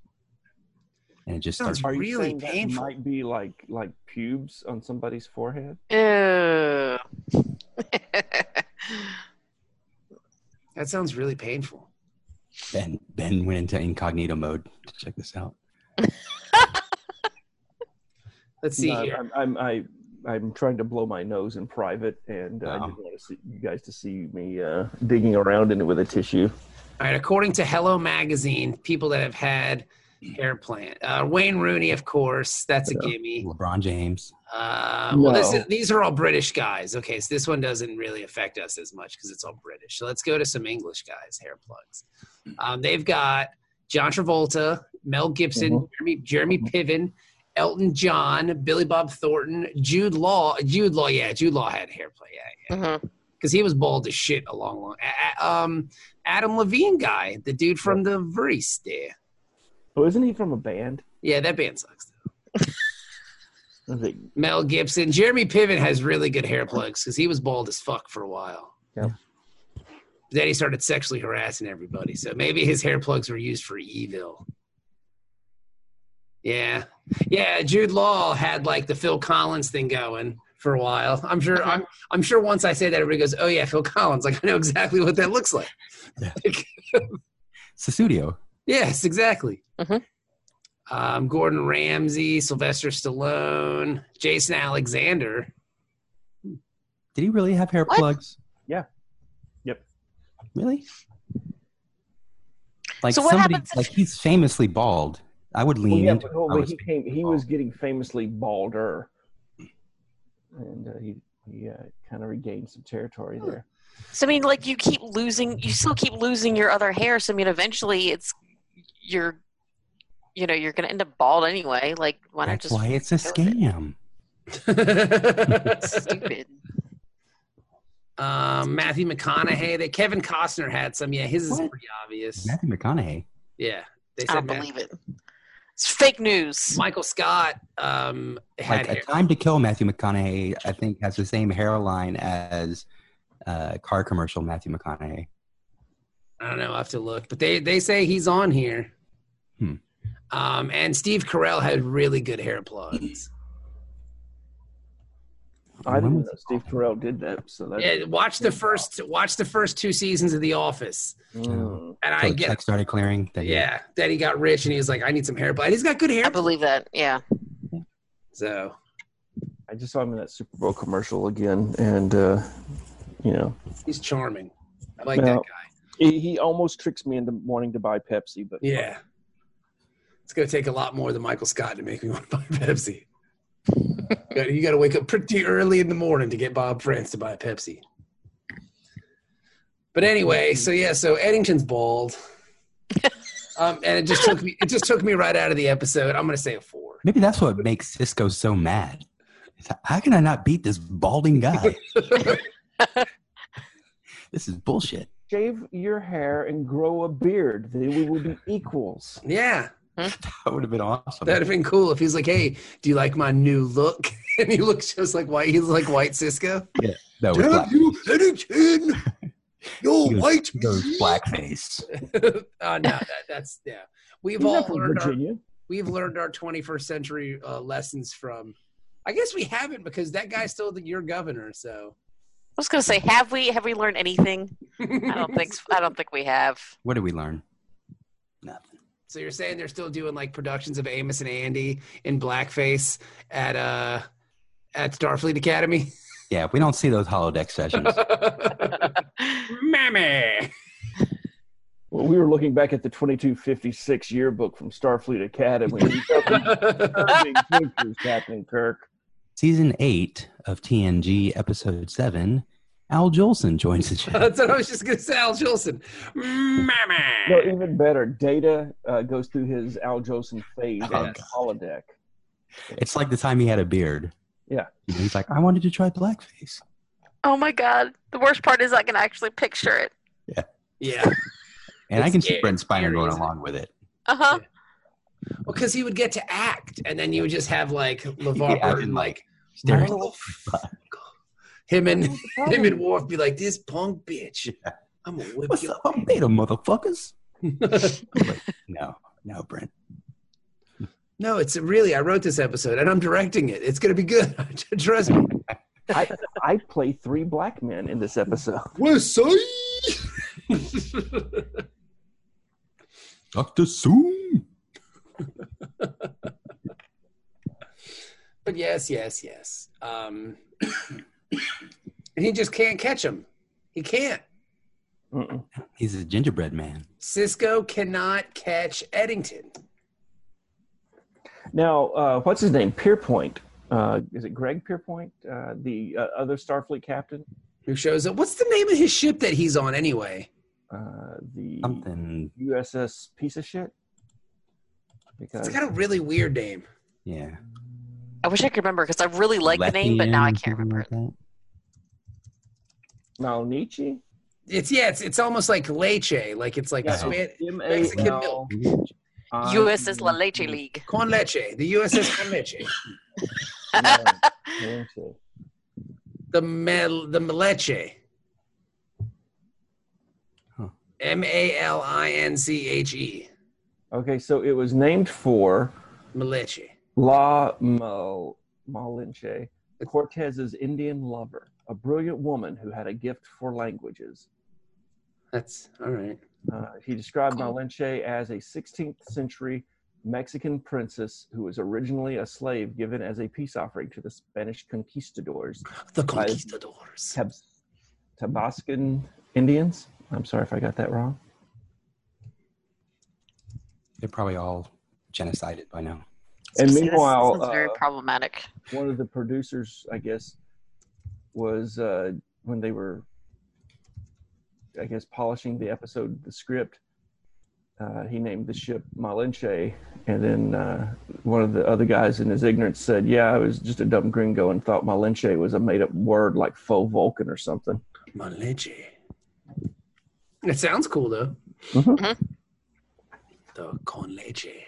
[SPEAKER 3] and it just
[SPEAKER 2] Sounds
[SPEAKER 3] starts.
[SPEAKER 7] Are you
[SPEAKER 2] really
[SPEAKER 7] saying that
[SPEAKER 2] painful.
[SPEAKER 7] might be like like pubes on somebody's forehead.
[SPEAKER 5] this.
[SPEAKER 2] that sounds really painful.
[SPEAKER 3] Ben Ben went into incognito mode to check this out.
[SPEAKER 2] Let's see
[SPEAKER 7] No,
[SPEAKER 2] here.
[SPEAKER 7] I'm, I'm, I, I'm trying to blow my nose in private, and I
[SPEAKER 3] Wow.
[SPEAKER 7] didn't want to see you guys to see me uh, digging around in it with a tissue.
[SPEAKER 2] All right, according to Hello Magazine, people that have had hair plant. Uh, Wayne Rooney, of course, that's a gimme.
[SPEAKER 3] LeBron James.
[SPEAKER 2] Uh, well, this
[SPEAKER 7] No.
[SPEAKER 2] is, these are all British guys. Okay, so this one doesn't really affect us as much because it's all British. So let's go to some English guys' hair plugs. Um, they've got John Travolta, Mel Gibson,
[SPEAKER 7] Mhm.
[SPEAKER 2] Jeremy, Jeremy Piven, Elton John, Billy Bob Thornton, Jude Law. Jude Law, yeah, Jude Law had hair play. Yeah,
[SPEAKER 5] Mhm.
[SPEAKER 2] because he was bald as shit a long, long. A- a- um, Adam Levine guy, the dude from the Verist there.
[SPEAKER 7] Oh, isn't he from a band?
[SPEAKER 2] Yeah, that band sucks.
[SPEAKER 7] I was like,
[SPEAKER 2] Mel Gibson, Jeremy Piven has really good hair plugs because he was bald as fuck for a while.
[SPEAKER 7] Yeah.
[SPEAKER 2] Then he started sexually harassing everybody, so maybe his hair plugs were used for evil. Yeah, yeah. Jude Law had like the Phil Collins thing going for a while. I'm sure. I'm. I'm sure once I say that, everybody goes, "Oh yeah, Phil Collins." Like I know exactly what that looks like.
[SPEAKER 3] It's the studio.
[SPEAKER 2] Yes, exactly.
[SPEAKER 5] Mhm.
[SPEAKER 3] Mm-hmm.
[SPEAKER 2] Um, Gordon Ramsay, Sylvester Stallone, Jason Alexander.
[SPEAKER 3] Did he really have hair
[SPEAKER 5] What?
[SPEAKER 3] plugs?
[SPEAKER 7] Yeah. Yep.
[SPEAKER 3] Really? Like
[SPEAKER 5] So what
[SPEAKER 3] somebody
[SPEAKER 5] happens if-
[SPEAKER 3] like he's famously bald. I would lean
[SPEAKER 7] Well, Oh, yeah,
[SPEAKER 3] into.
[SPEAKER 7] but, well,
[SPEAKER 3] I
[SPEAKER 7] but
[SPEAKER 3] was
[SPEAKER 7] he
[SPEAKER 3] speaking
[SPEAKER 7] came. He
[SPEAKER 3] bald.
[SPEAKER 7] was getting famously balder, and uh, he he uh, kind of regained some territory
[SPEAKER 2] Hmm.
[SPEAKER 7] there.
[SPEAKER 5] So I mean, like you keep losing, you still keep losing your other hair. So I mean, eventually, it's you're, you know, you're gonna end up bald anyway. Like, why not
[SPEAKER 3] That's
[SPEAKER 5] just
[SPEAKER 3] why it's a
[SPEAKER 5] go with it?
[SPEAKER 3] scam.
[SPEAKER 5] Stupid.
[SPEAKER 2] um, Matthew McConaughey. That Kevin Costner had some. Yeah, his is
[SPEAKER 3] What?
[SPEAKER 2] pretty obvious.
[SPEAKER 3] Matthew McConaughey.
[SPEAKER 2] Yeah, they said
[SPEAKER 5] I don't
[SPEAKER 2] Matt-
[SPEAKER 5] believe it. It's fake news.
[SPEAKER 2] Michael Scott um, had
[SPEAKER 3] Like a
[SPEAKER 2] hair.
[SPEAKER 3] time to kill. Matthew McConaughey, I think, has the same hairline as uh, car commercial. Matthew McConaughey.
[SPEAKER 2] I don't know. I have to look, but they they say he's on here.
[SPEAKER 3] Hmm.
[SPEAKER 2] Um, and Steve Carell had really good hair plugs.
[SPEAKER 7] I
[SPEAKER 3] When
[SPEAKER 7] didn't
[SPEAKER 3] was
[SPEAKER 7] know Steve Carell did that. So
[SPEAKER 3] Hmm.
[SPEAKER 7] that's
[SPEAKER 2] Yeah, watch the first watch the first two seasons of The Office,
[SPEAKER 7] Mm.
[SPEAKER 2] and I
[SPEAKER 3] So
[SPEAKER 2] get
[SPEAKER 3] check started clearing. That year.
[SPEAKER 2] yeah. Then he got rich, and he was like, "I need some hair," but he's got good
[SPEAKER 5] I
[SPEAKER 2] hair.
[SPEAKER 5] believe that. Yeah.
[SPEAKER 2] So
[SPEAKER 7] I just saw him in that Super Bowl commercial again, and uh, you know
[SPEAKER 2] he's charming. I like
[SPEAKER 7] Yeah.
[SPEAKER 2] that guy.
[SPEAKER 7] he, he almost tricks me into wanting to buy Pepsi, but
[SPEAKER 2] Yeah, it's gonna take a lot more than Michael Scott to make me want to buy Pepsi. But you got to wake up pretty early in the morning to get Bob France to buy Pepsi. But anyway, so yeah, so Eddington's bald, um, and it just took me. It just took me right out of the episode. I'm gonna say a four.
[SPEAKER 3] Maybe that's what makes Cisco so mad. It's like, How can I not beat this balding guy? this is bullshit.
[SPEAKER 7] shave your hair and grow a beard. Then we will be equals.
[SPEAKER 2] Yeah,
[SPEAKER 3] That would have been awesome.
[SPEAKER 2] that'd have been cool if he's like, "Hey, do you like my new look?" And he looks just like white. He's like white Cisco.
[SPEAKER 3] no, it was black.
[SPEAKER 2] you, Eddington? You're
[SPEAKER 3] He was-
[SPEAKER 2] white.
[SPEAKER 3] it was blackface.
[SPEAKER 2] oh no, that, that's yeah. We've
[SPEAKER 7] He's
[SPEAKER 2] all
[SPEAKER 7] not from
[SPEAKER 2] learned our,
[SPEAKER 7] Virginia.
[SPEAKER 2] we've learned our 21st century uh, lessons from. I guess we haven't because that guy's still the, your governor. So
[SPEAKER 5] I was gonna say, have we have we learned anything? I don't think s- I don't think we have.
[SPEAKER 3] What did we learn?
[SPEAKER 2] so. You're saying they're still doing like productions of Amos and Andy in blackface at uh at Starfleet Academy.
[SPEAKER 3] Yeah, we don't see those holodeck sessions.
[SPEAKER 2] Mammy.
[SPEAKER 7] Well, we were looking back at the 2256 yearbook from Starfleet Academy. Nothing disturbing pictures, Captain Kirk.
[SPEAKER 3] Season 8 of TNG, Episode 7, Al Jolson joins the show.
[SPEAKER 2] That's what I was just gonna say, Al Jolson.
[SPEAKER 7] No,
[SPEAKER 2] Mammy.
[SPEAKER 7] even better. Data uh, goes through his Al Jolson phase
[SPEAKER 3] Oh,
[SPEAKER 7] at
[SPEAKER 3] God.
[SPEAKER 7] holodeck.
[SPEAKER 3] It's like the time he had a beard.
[SPEAKER 7] Yeah.
[SPEAKER 3] You know, He's like, I wanted to try blackface.
[SPEAKER 5] Oh my god. The worst part is I can actually picture it.
[SPEAKER 2] Yeah.
[SPEAKER 3] And I
[SPEAKER 2] It's
[SPEAKER 3] can see
[SPEAKER 2] scary.
[SPEAKER 3] Brent Spiner going
[SPEAKER 2] Scary.
[SPEAKER 3] along with it.
[SPEAKER 5] Uh huh.
[SPEAKER 2] Well, because he would get to act, and then you would just have like LeVar
[SPEAKER 3] Yeah, I
[SPEAKER 2] Burton,
[SPEAKER 3] mean,
[SPEAKER 2] like
[SPEAKER 3] like, staring
[SPEAKER 2] "Mother f- him and him and Worf be like, "This punk bitch,
[SPEAKER 3] Yeah.
[SPEAKER 2] I'm gonna whip
[SPEAKER 3] What's
[SPEAKER 2] you."
[SPEAKER 3] up? I'm beta, motherfuckers. I'm like, no, no, Brent.
[SPEAKER 2] No, it's really. I wrote this episode, and I'm directing it. It's gonna be good. Trust me.
[SPEAKER 7] I, I play three black men in this episode.
[SPEAKER 2] What's up?
[SPEAKER 3] Dr. Soon.
[SPEAKER 2] but yes, yes, yes. Um, he just can't catch him. He can't.
[SPEAKER 7] Mm-mm.
[SPEAKER 3] He's a gingerbread man.
[SPEAKER 2] Cisco cannot catch Eddington.
[SPEAKER 7] Now, uh, what's his name? Pierpoint. Uh, is it Greg Pierpoint, uh, the uh, other Starfleet captain?
[SPEAKER 2] Who shows up? What's the name of his ship that he's on anyway?
[SPEAKER 7] Uh, the
[SPEAKER 3] Something.
[SPEAKER 7] USS piece of shit? Because
[SPEAKER 2] It's got a really weird name.
[SPEAKER 3] Yeah.
[SPEAKER 5] I wish I could remember because I really like the name, but now I
[SPEAKER 3] Leftian,
[SPEAKER 5] can't remember it.
[SPEAKER 3] something like
[SPEAKER 7] Malnichi?
[SPEAKER 2] It's yeah, it's it's almost like leche, like it's like
[SPEAKER 7] Yeah.
[SPEAKER 2] Span-
[SPEAKER 7] M-A-L-I-
[SPEAKER 2] Mexican milk.
[SPEAKER 3] Mm-hmm.
[SPEAKER 5] USS La Leche League.
[SPEAKER 2] con leche, the USS con leche,
[SPEAKER 7] No, Malnichi.
[SPEAKER 2] the mel the meleche,
[SPEAKER 3] Huh.
[SPEAKER 2] M A L I N C H E,
[SPEAKER 7] Okay, so it was named for
[SPEAKER 2] meleche.
[SPEAKER 7] La Mo Malinche, Cortez's Indian lover, a brilliant woman who had a gift for languages.
[SPEAKER 2] That's all right.
[SPEAKER 7] Uh, he described
[SPEAKER 5] Cool.
[SPEAKER 7] Malinche as a 16th century Mexican princess who was originally a slave given as a peace offering to the Spanish conquistadors,
[SPEAKER 2] The conquistadors.
[SPEAKER 7] Tab- Tabascan Indians. I'm sorry if I got that wrong.
[SPEAKER 3] They're probably all genocided by now.
[SPEAKER 7] And
[SPEAKER 5] This- this
[SPEAKER 7] meanwhile,
[SPEAKER 5] sounds very
[SPEAKER 7] uh,
[SPEAKER 5] problematic.
[SPEAKER 7] one of the producers, I guess, was uh, when they were, I guess, polishing the episode, the script. Uh, he named the ship Malinche, and then uh, one of the other guys in his ignorance said, "Yeah, I was just a dumb gringo and thought Malinche was a made-up word like faux Vulcan or something."
[SPEAKER 2] Malinche. It sounds cool though.
[SPEAKER 7] Mhm.
[SPEAKER 2] The con leche.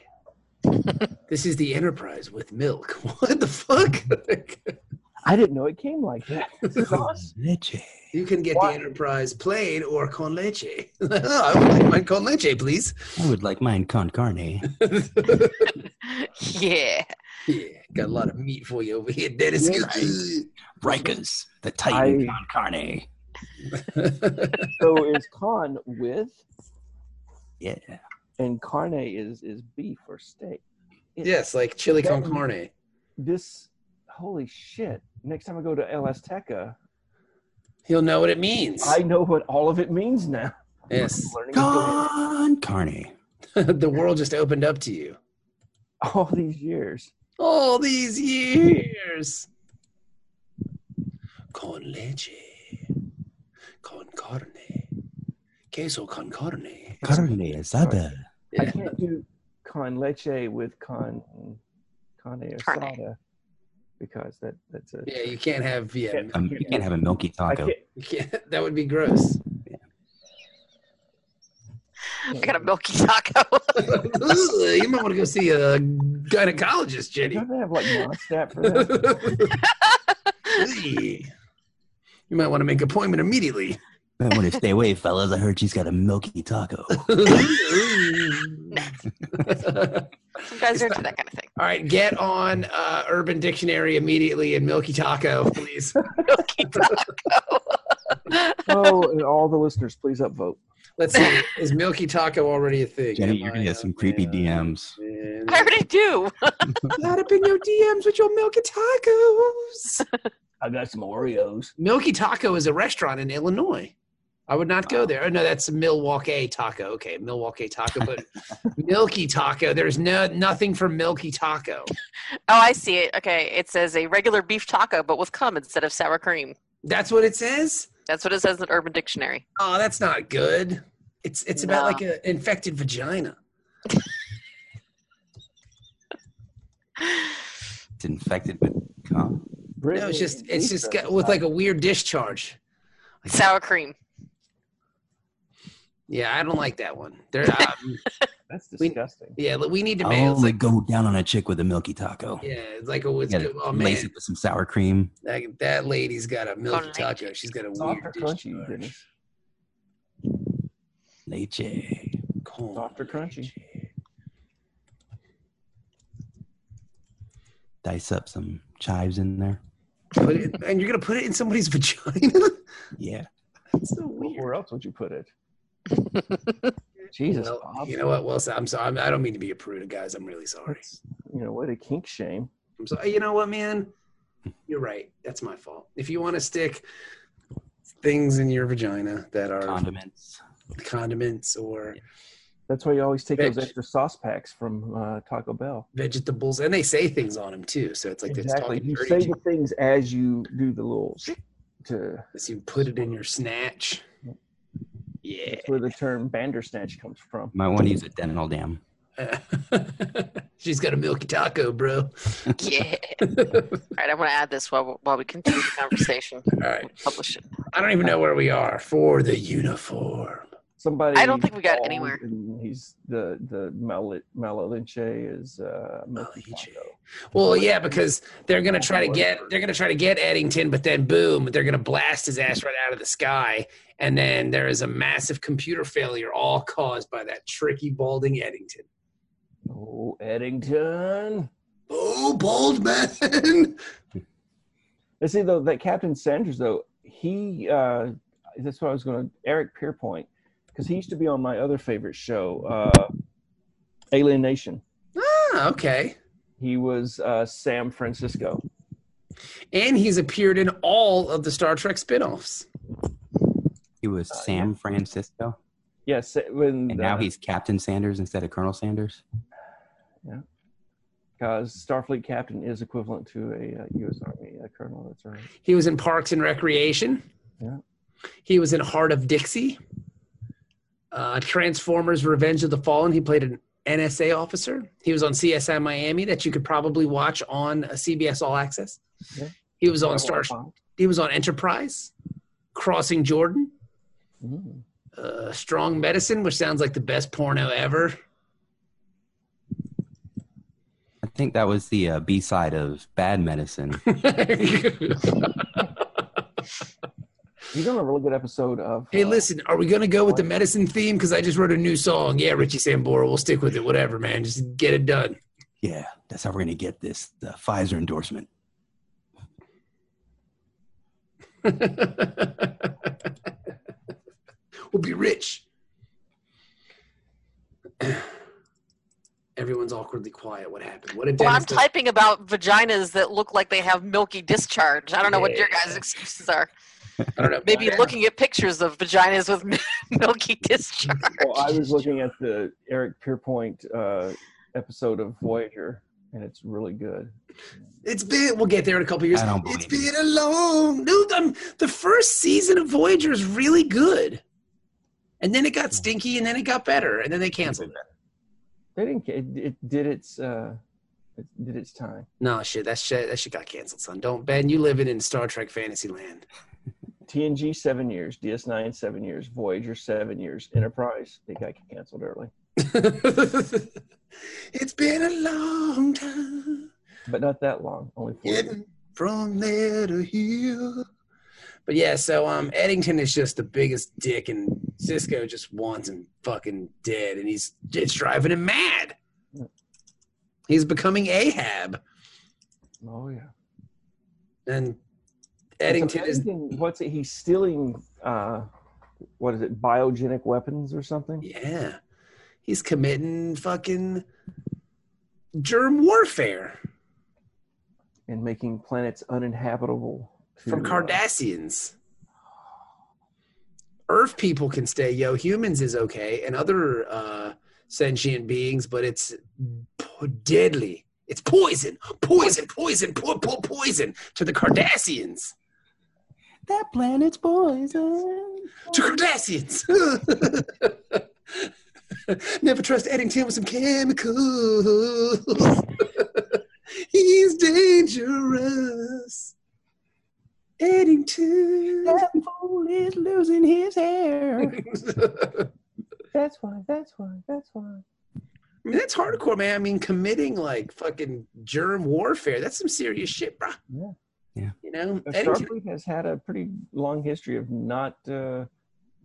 [SPEAKER 2] this is the Enterprise with milk. What the fuck?
[SPEAKER 7] I didn't know it came like that.
[SPEAKER 3] Leche.
[SPEAKER 2] you can get
[SPEAKER 7] Why-
[SPEAKER 2] the Enterprise plain or con leche. I would like mine con leche, please.
[SPEAKER 3] I would like mine con carne.
[SPEAKER 5] yeah.
[SPEAKER 2] Yeah, got a lot of meat for you over here, Dennis.
[SPEAKER 3] Rikers, the Titan
[SPEAKER 7] I-
[SPEAKER 3] con carne.
[SPEAKER 7] so is con with,
[SPEAKER 3] Yeah.
[SPEAKER 7] and carne is is beef or steak. It-
[SPEAKER 2] yes, like chili con carne.
[SPEAKER 7] this holy shit next time i go to el azteca
[SPEAKER 2] He'll know what it means.
[SPEAKER 7] i know what all of it means now
[SPEAKER 2] yes,
[SPEAKER 7] Learning is good.
[SPEAKER 3] Con carne.
[SPEAKER 2] the world just opened up to you.
[SPEAKER 7] all these years
[SPEAKER 2] all these years. Con leche, con carne, queso con carne.
[SPEAKER 3] Carne asada.
[SPEAKER 7] i
[SPEAKER 2] Yeah.
[SPEAKER 7] can't do con leche with con con
[SPEAKER 5] Carne.
[SPEAKER 7] asada because that that's a
[SPEAKER 2] Yeah, you can't have yeah,
[SPEAKER 7] Can't-
[SPEAKER 3] Um, you can't have a milky
[SPEAKER 7] I
[SPEAKER 3] taco.
[SPEAKER 7] can't,
[SPEAKER 2] you can't, that would be gross.
[SPEAKER 5] I got a milky taco.
[SPEAKER 2] Ugh, you might want to go see a gynecologist, Jenny.
[SPEAKER 7] don't they have like nonstop for that?
[SPEAKER 2] Ugh. you might want to make an appointment immediately.
[SPEAKER 3] I want to stay away, fellas. I heard she's got a milky taco.
[SPEAKER 5] Some guys are into that kind of thing.
[SPEAKER 2] All right, get on uh, Urban Dictionary immediately and Milky Taco, please.
[SPEAKER 5] Milky taco.
[SPEAKER 7] oh and all the listeners please upvote
[SPEAKER 2] Let's see, is Milky Taco already a thing?
[SPEAKER 3] Jenny, you're gonna get some creepy DMs.
[SPEAKER 5] I already do.
[SPEAKER 2] Not up in your DMs with your Milky Tacos.
[SPEAKER 7] i got some oreos
[SPEAKER 2] Milky Taco is a restaurant in Illinois. I would not go there. Oh no, that's Milwaukee Taco. Okay, Milwaukee Taco, but Milky Taco. There's no nothing for Milky Taco.
[SPEAKER 5] Oh, I see it. Okay, it says a regular beef taco, but with cum instead of sour cream.
[SPEAKER 2] That's what it says.
[SPEAKER 5] That's what it says in Urban Dictionary.
[SPEAKER 2] Oh, that's not good. It's it's about
[SPEAKER 5] No.
[SPEAKER 2] like an infected vagina.
[SPEAKER 3] It's infected with cum.
[SPEAKER 7] Brittany
[SPEAKER 2] No, it's just
[SPEAKER 7] and
[SPEAKER 2] it's
[SPEAKER 7] Lisa.
[SPEAKER 2] just got, with like a weird discharge.
[SPEAKER 5] Sour cream.
[SPEAKER 2] Yeah, I don't like that one. There, um,
[SPEAKER 7] that's
[SPEAKER 2] we-
[SPEAKER 7] disgusting
[SPEAKER 2] yeah, we need to
[SPEAKER 3] I
[SPEAKER 2] mail.
[SPEAKER 3] only
[SPEAKER 2] It's like,
[SPEAKER 3] go down on a chick with a milky taco.
[SPEAKER 2] yeah, it's like a it's
[SPEAKER 3] Yeah,
[SPEAKER 2] good- oh
[SPEAKER 3] lace
[SPEAKER 2] man,
[SPEAKER 3] it with some sour cream.
[SPEAKER 2] that, that lady's got a milky
[SPEAKER 5] Conrad.
[SPEAKER 2] taco. She's got a
[SPEAKER 7] soft or
[SPEAKER 2] weird
[SPEAKER 7] crunchy Brittany?
[SPEAKER 2] discharge.
[SPEAKER 3] Leche.
[SPEAKER 2] Corn.
[SPEAKER 7] soft or crunchy
[SPEAKER 3] Dice up some chives in there.
[SPEAKER 2] Put it, and you're gonna put it in somebody's vagina.
[SPEAKER 3] Yeah.
[SPEAKER 2] That's so weird.
[SPEAKER 7] where else would you put it jesus
[SPEAKER 2] Well,
[SPEAKER 7] Bob.
[SPEAKER 2] you know what, Wilson? I'm sorry. I'm- I don't mean to be a prude, guys. I'm really sorry.
[SPEAKER 7] That's- you know what a kink shame.
[SPEAKER 2] I'm sorry. You know what, man? You're right. That's my fault. If you want to stick things in your vagina that
[SPEAKER 4] Uh,
[SPEAKER 2] are
[SPEAKER 3] Condiments.
[SPEAKER 2] condiments or
[SPEAKER 7] That's why you always take those
[SPEAKER 2] Bitch.
[SPEAKER 7] extra sauce packs from uh, Taco Bell.
[SPEAKER 2] vegetables, and they say things on them too. So it's like it's
[SPEAKER 7] exactly.
[SPEAKER 2] talking
[SPEAKER 7] You
[SPEAKER 2] dirty
[SPEAKER 7] say
[SPEAKER 2] to
[SPEAKER 7] the things as you do the little sh- to
[SPEAKER 2] As you put it in your snatch. Yeah.
[SPEAKER 7] that's where the term bandersnatch comes from.
[SPEAKER 3] Might want to use a dental dam.
[SPEAKER 2] She's got a milky taco, bro.
[SPEAKER 5] Yeah.
[SPEAKER 2] All
[SPEAKER 5] All right, I'm going to add this while, while we continue the conversation.
[SPEAKER 2] right.
[SPEAKER 5] Publish it.
[SPEAKER 2] I don't even know where we are for the uniform.
[SPEAKER 7] Somebody.
[SPEAKER 5] I don't think we got
[SPEAKER 7] falls
[SPEAKER 5] anywhere.
[SPEAKER 7] And he's the the Mal- Malalinche is uh, Milky
[SPEAKER 2] Malalinche. Oh,
[SPEAKER 7] Taco.
[SPEAKER 2] E Well, yeah, because they're gonna try to get they're gonna try to get Eddington, but then boom, they're gonna blast his ass right out of the sky, and then there is a massive computer failure, all caused by that tricky balding Eddington.
[SPEAKER 7] Oh, Eddington.
[SPEAKER 2] Oh, bald man!
[SPEAKER 7] Let's see though that Captain Sanders though he uh, that's what I was going to Eric Pierpoint because he used to be on my other favorite show, uh, Alien Nation.
[SPEAKER 2] ah, okay.
[SPEAKER 7] He was uh, Sam Francisco.
[SPEAKER 2] And he's appeared in all of the Star Trek spin-offs.
[SPEAKER 3] He was
[SPEAKER 7] Uh, yeah.
[SPEAKER 3] Sam Francisco.
[SPEAKER 7] Yes, when
[SPEAKER 3] And now
[SPEAKER 7] uh,
[SPEAKER 3] he's Captain Sanders instead of Colonel Sanders.
[SPEAKER 7] Yeah. Because uh, Starfleet captain is equivalent to a uh, U.S. Army uh, colonel. That's right.
[SPEAKER 2] He was in Parks and Recreation.
[SPEAKER 7] Yeah.
[SPEAKER 2] He was in Heart of Dixie. Uh, Transformers: Revenge of the Fallen. He played an NSA officer. He was on CSI Miami, that you could probably watch on uh, CBS All Access.
[SPEAKER 7] Yeah.
[SPEAKER 2] He was on
[SPEAKER 7] Oh,
[SPEAKER 2] Star. He was on Enterprise, Crossing Jordan,
[SPEAKER 7] Mm.
[SPEAKER 2] uh, Strong Medicine, which sounds like the best porno ever.
[SPEAKER 3] I think that was the uh, B side of Bad Medicine.
[SPEAKER 7] He's on a really good episode of.
[SPEAKER 2] hey,
[SPEAKER 7] uh,
[SPEAKER 2] listen, are we gonna go with the medicine theme? Because I just wrote a new song. Yeah, Richie Sambora, we'll stick with it. Whatever, man, just get it done.
[SPEAKER 3] yeah, that's how we're gonna get this the Pfizer endorsement.
[SPEAKER 2] we'll be rich. Everyone's awkwardly quiet. What happened? What did
[SPEAKER 5] Well, I'm
[SPEAKER 2] Dennis do?
[SPEAKER 5] typing about vaginas that look like they have milky discharge. I don't know what your guys' excuses are.
[SPEAKER 2] I don't know.
[SPEAKER 5] Maybe
[SPEAKER 2] Yeah.
[SPEAKER 5] looking at pictures of vaginas with milky discharge.
[SPEAKER 7] Well, I was looking at the Eric Pierpoint uh, episode of Voyager, and it's really good.
[SPEAKER 2] It's been. We'll get there in a couple years.
[SPEAKER 3] I don't
[SPEAKER 2] It's
[SPEAKER 3] believe
[SPEAKER 2] been a long. Dude, I'm, the first season of Voyager is really good, and then it got stinky, and then it got better, and then they canceled it.
[SPEAKER 7] They didn't. ca- It, it did its. Uh, it did its time.
[SPEAKER 2] No shit. That shit. That shit got canceled, son. Don't Ben. You living in Star Trek fantasy land.
[SPEAKER 7] TNG seven years, DS9 seven years, Voyager seven years, Enterprise they got canceled early,
[SPEAKER 2] it's been a long time.
[SPEAKER 7] but not that long, only four. years.
[SPEAKER 2] Getting from there to here. But yeah, so um, Eddington is just the biggest dick, and Cisco just wants him fucking dead, and he's it's driving him mad. He's becoming Ahab,
[SPEAKER 7] Oh yeah.
[SPEAKER 2] and Eddington
[SPEAKER 7] It's
[SPEAKER 2] is
[SPEAKER 7] amazing, what's it? He's stealing. Uh, what is it? Biogenic weapons or something?
[SPEAKER 2] yeah, he's committing fucking germ warfare
[SPEAKER 7] And making planets uninhabitable. to,
[SPEAKER 3] Hmm.
[SPEAKER 2] from
[SPEAKER 7] uh,
[SPEAKER 2] Cardassians. Earth people can stay, yo. Humans is okay, and other uh, sentient beings, but it's po- deadly. It's poison, poison, poison, po- po- poison to the Cardassians.
[SPEAKER 3] That planet's poison.
[SPEAKER 2] To Cardassians. Never trust Eddington with some chemicals. He's dangerous. Eddington.
[SPEAKER 3] That fool is losing his hair.
[SPEAKER 2] I
[SPEAKER 7] That's why. That's why. That's why.
[SPEAKER 2] mean, that's hardcore, man. I mean, committing like fucking germ warfare. That's some serious shit, bro.
[SPEAKER 7] Yeah.
[SPEAKER 3] Yeah.
[SPEAKER 2] You know,
[SPEAKER 7] Now,
[SPEAKER 2] Eddington-
[SPEAKER 7] Starfleet has had a pretty long history of not uh,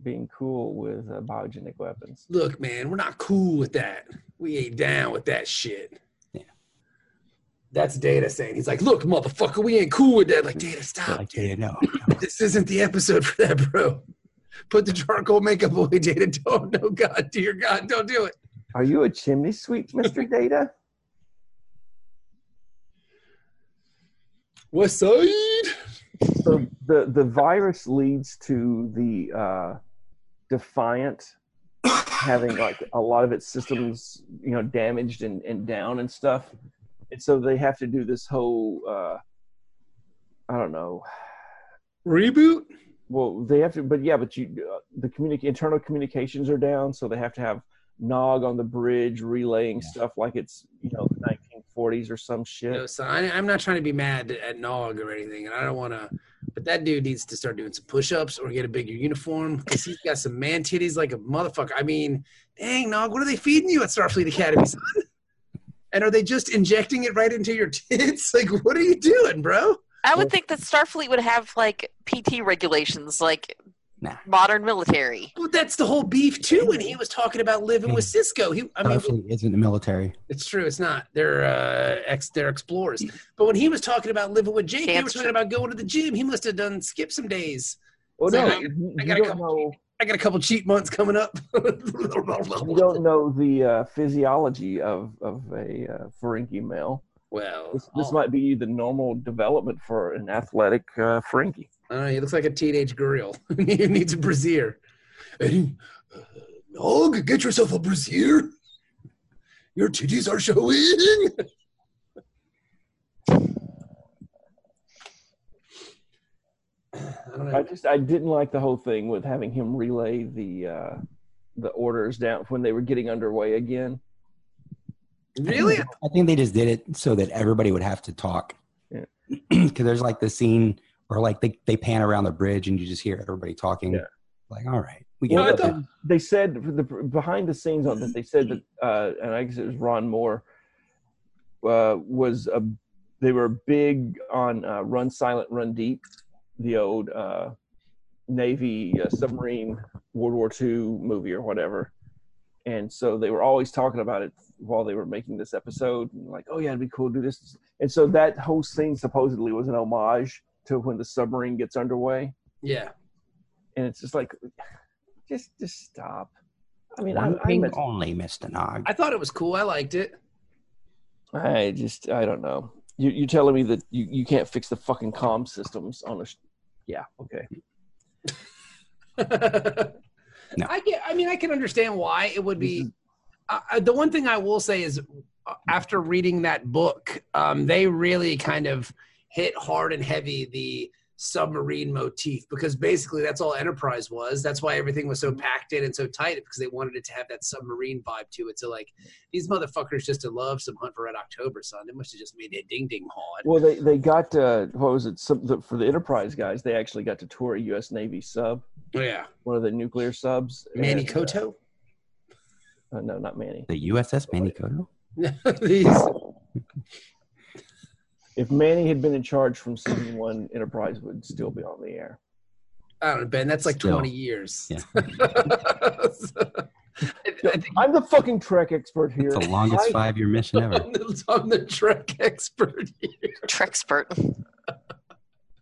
[SPEAKER 7] being cool with uh, biogenic weapons.
[SPEAKER 2] look, man, we're not cool with that. We ain't down with that shit.
[SPEAKER 3] Yeah.
[SPEAKER 2] That's Data saying, he's like, look, motherfucker, we ain't cool with that. Like, Data, stop.
[SPEAKER 3] Like,
[SPEAKER 2] dude.
[SPEAKER 3] yeah, no.
[SPEAKER 2] This isn't the episode for that, bro. Put the charcoal makeup away, Data. Don't, no, God, dear God, don't do it.
[SPEAKER 7] Are you a chimney sweep, Mister Data?
[SPEAKER 2] West Side.
[SPEAKER 7] So the the virus leads to the uh, Defiant having like a lot of its systems, you know, damaged and, and down and stuff, and so they have to do this whole. Uh, I don't know.
[SPEAKER 2] Reboot?
[SPEAKER 7] Well, they have to, but yeah, but you uh, the communic- internal communications are down, so they have to have Nog on the bridge relaying stuff like it's you know the 1940s or some shit.
[SPEAKER 2] No, son, I, I'm not trying to be mad at Nog or anything, and I don't want to. But that dude needs to start doing some push-ups or get a bigger uniform because he's got some man titties like a motherfucker. I mean, dang, Nog, what are they feeding you at Starfleet Academy, son? And are they just injecting it right into your tits? Like, what are you doing, bro?
[SPEAKER 5] I would think that Starfleet would have like PT regulations, like
[SPEAKER 3] Nah.
[SPEAKER 5] modern military.
[SPEAKER 2] Well, that's the whole beef too. When he was talking about living with Cisco, he, I mean,
[SPEAKER 3] Starfleet isn't the military.
[SPEAKER 2] It's true. It's not. They're uh, ex. They're explorers. But when he was talking about living with Jake, he
[SPEAKER 5] That's
[SPEAKER 2] was talking
[SPEAKER 5] true.
[SPEAKER 2] about going to the gym. He must have done skip some days.
[SPEAKER 7] Well,
[SPEAKER 2] So
[SPEAKER 7] no,
[SPEAKER 2] I-
[SPEAKER 7] you,
[SPEAKER 2] I
[SPEAKER 7] you
[SPEAKER 2] got a
[SPEAKER 7] don't
[SPEAKER 2] couple-
[SPEAKER 7] know.
[SPEAKER 2] I got a couple cheat months coming up.
[SPEAKER 7] You don't know the uh, physiology of of a uh, Ferengi male.
[SPEAKER 2] well,
[SPEAKER 7] This, this might be the normal development for an athletic uh, Ferengi.
[SPEAKER 2] I don't know, he looks like a teenage girl. he needs a brassiere. And he, uh, Og, get yourself a brassiere.
[SPEAKER 1] Your titties are showing. I don't
[SPEAKER 7] I
[SPEAKER 1] know.
[SPEAKER 7] just I didn't like the whole thing with having him relay the uh, the orders down when they were getting underway again.
[SPEAKER 2] Really?
[SPEAKER 3] I think they just did it so that everybody would have to talk.
[SPEAKER 7] Yeah.
[SPEAKER 3] Because there's like the scene where like they, they pan around the bridge and you just hear everybody talking.
[SPEAKER 7] Yeah.
[SPEAKER 3] Like, all right, we
[SPEAKER 7] Well,
[SPEAKER 3] get
[SPEAKER 7] I
[SPEAKER 3] it.
[SPEAKER 7] thought they said the behind the scenes on this. They said that, uh, and I guess it was Ron Moore uh, was a. They were big on uh, Run Silent, Run Deep, the old uh, Navy uh, submarine World War II movie or whatever, and so they were always talking about it while they were making this episode. And like, oh yeah, it'd be cool to do this. And so that whole scene supposedly was an homage to when the submarine gets underway
[SPEAKER 2] Yeah.
[SPEAKER 7] and it's just like just just stop i mean I,
[SPEAKER 3] One
[SPEAKER 7] I'm
[SPEAKER 3] thing
[SPEAKER 7] a-
[SPEAKER 3] only, Mr. Nog.
[SPEAKER 2] I thought it was cool. I liked it.
[SPEAKER 7] I just i don't know you, you're telling me that you, you can't fix the fucking comm systems on a sh- yeah okay
[SPEAKER 2] I get. I mean, I can understand why it would
[SPEAKER 7] This
[SPEAKER 2] be. Uh, uh, the one thing I will say is, uh, after reading that book, um, they really kind of hit hard and heavy the submarine motif because basically that's all Enterprise was. That's why everything was so packed in and so tight because they wanted it to have that submarine vibe to it. So like, these motherfuckers just love some Hunt for Red October, son. They must have just made it ding ding hard.
[SPEAKER 7] well they they got uh what was it some the, for the enterprise guys they actually got to tour a u.s navy sub
[SPEAKER 2] Yeah,
[SPEAKER 7] one of the nuclear subs
[SPEAKER 2] Manny
[SPEAKER 7] and,
[SPEAKER 2] Koto.
[SPEAKER 7] uh, no not manny
[SPEAKER 3] The USS Manny Koto?
[SPEAKER 2] These
[SPEAKER 7] if manny had been in charge from season one enterprise would still be on the air
[SPEAKER 2] I don't know, Ben. That's like
[SPEAKER 3] Still.
[SPEAKER 2] 20 years.
[SPEAKER 3] Yeah.
[SPEAKER 2] I, I think
[SPEAKER 7] i'm the fucking trek expert here
[SPEAKER 3] It's the longest
[SPEAKER 7] I-
[SPEAKER 3] five year mission ever.
[SPEAKER 2] I'm the, I'm the Trek expert here.
[SPEAKER 5] Trexpert.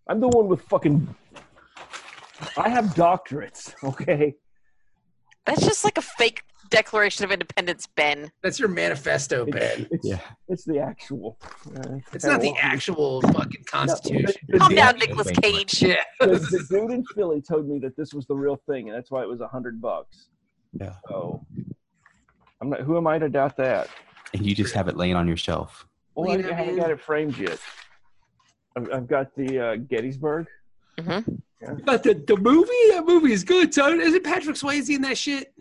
[SPEAKER 7] I'm the one with fucking. I have doctorates, okay?
[SPEAKER 5] That's just like a fake Declaration of Independence, Ben.
[SPEAKER 2] That's your manifesto, Ben.
[SPEAKER 7] It's,
[SPEAKER 3] Yeah.
[SPEAKER 7] it's the actual. uh,
[SPEAKER 2] It's not the actual fucking Constitution.
[SPEAKER 7] No,
[SPEAKER 5] Calm down,
[SPEAKER 3] Yeah.
[SPEAKER 5] Nicolas Cage.
[SPEAKER 2] Yeah.
[SPEAKER 7] The, the dude in Philly told me that this was the real thing, and that's why it was a hundred bucks.
[SPEAKER 3] Yeah.
[SPEAKER 7] So, I'm not. Who am I to doubt that?
[SPEAKER 3] And you just have it laying on your shelf.
[SPEAKER 7] Well,
[SPEAKER 2] Well,
[SPEAKER 7] I,
[SPEAKER 2] you know,
[SPEAKER 7] haven't
[SPEAKER 2] man.
[SPEAKER 7] got it framed yet. I've, I've got the uh, Gettysburg.
[SPEAKER 2] But the, the movie? That movie is good, son. Isn't Patrick Swayze in that shit?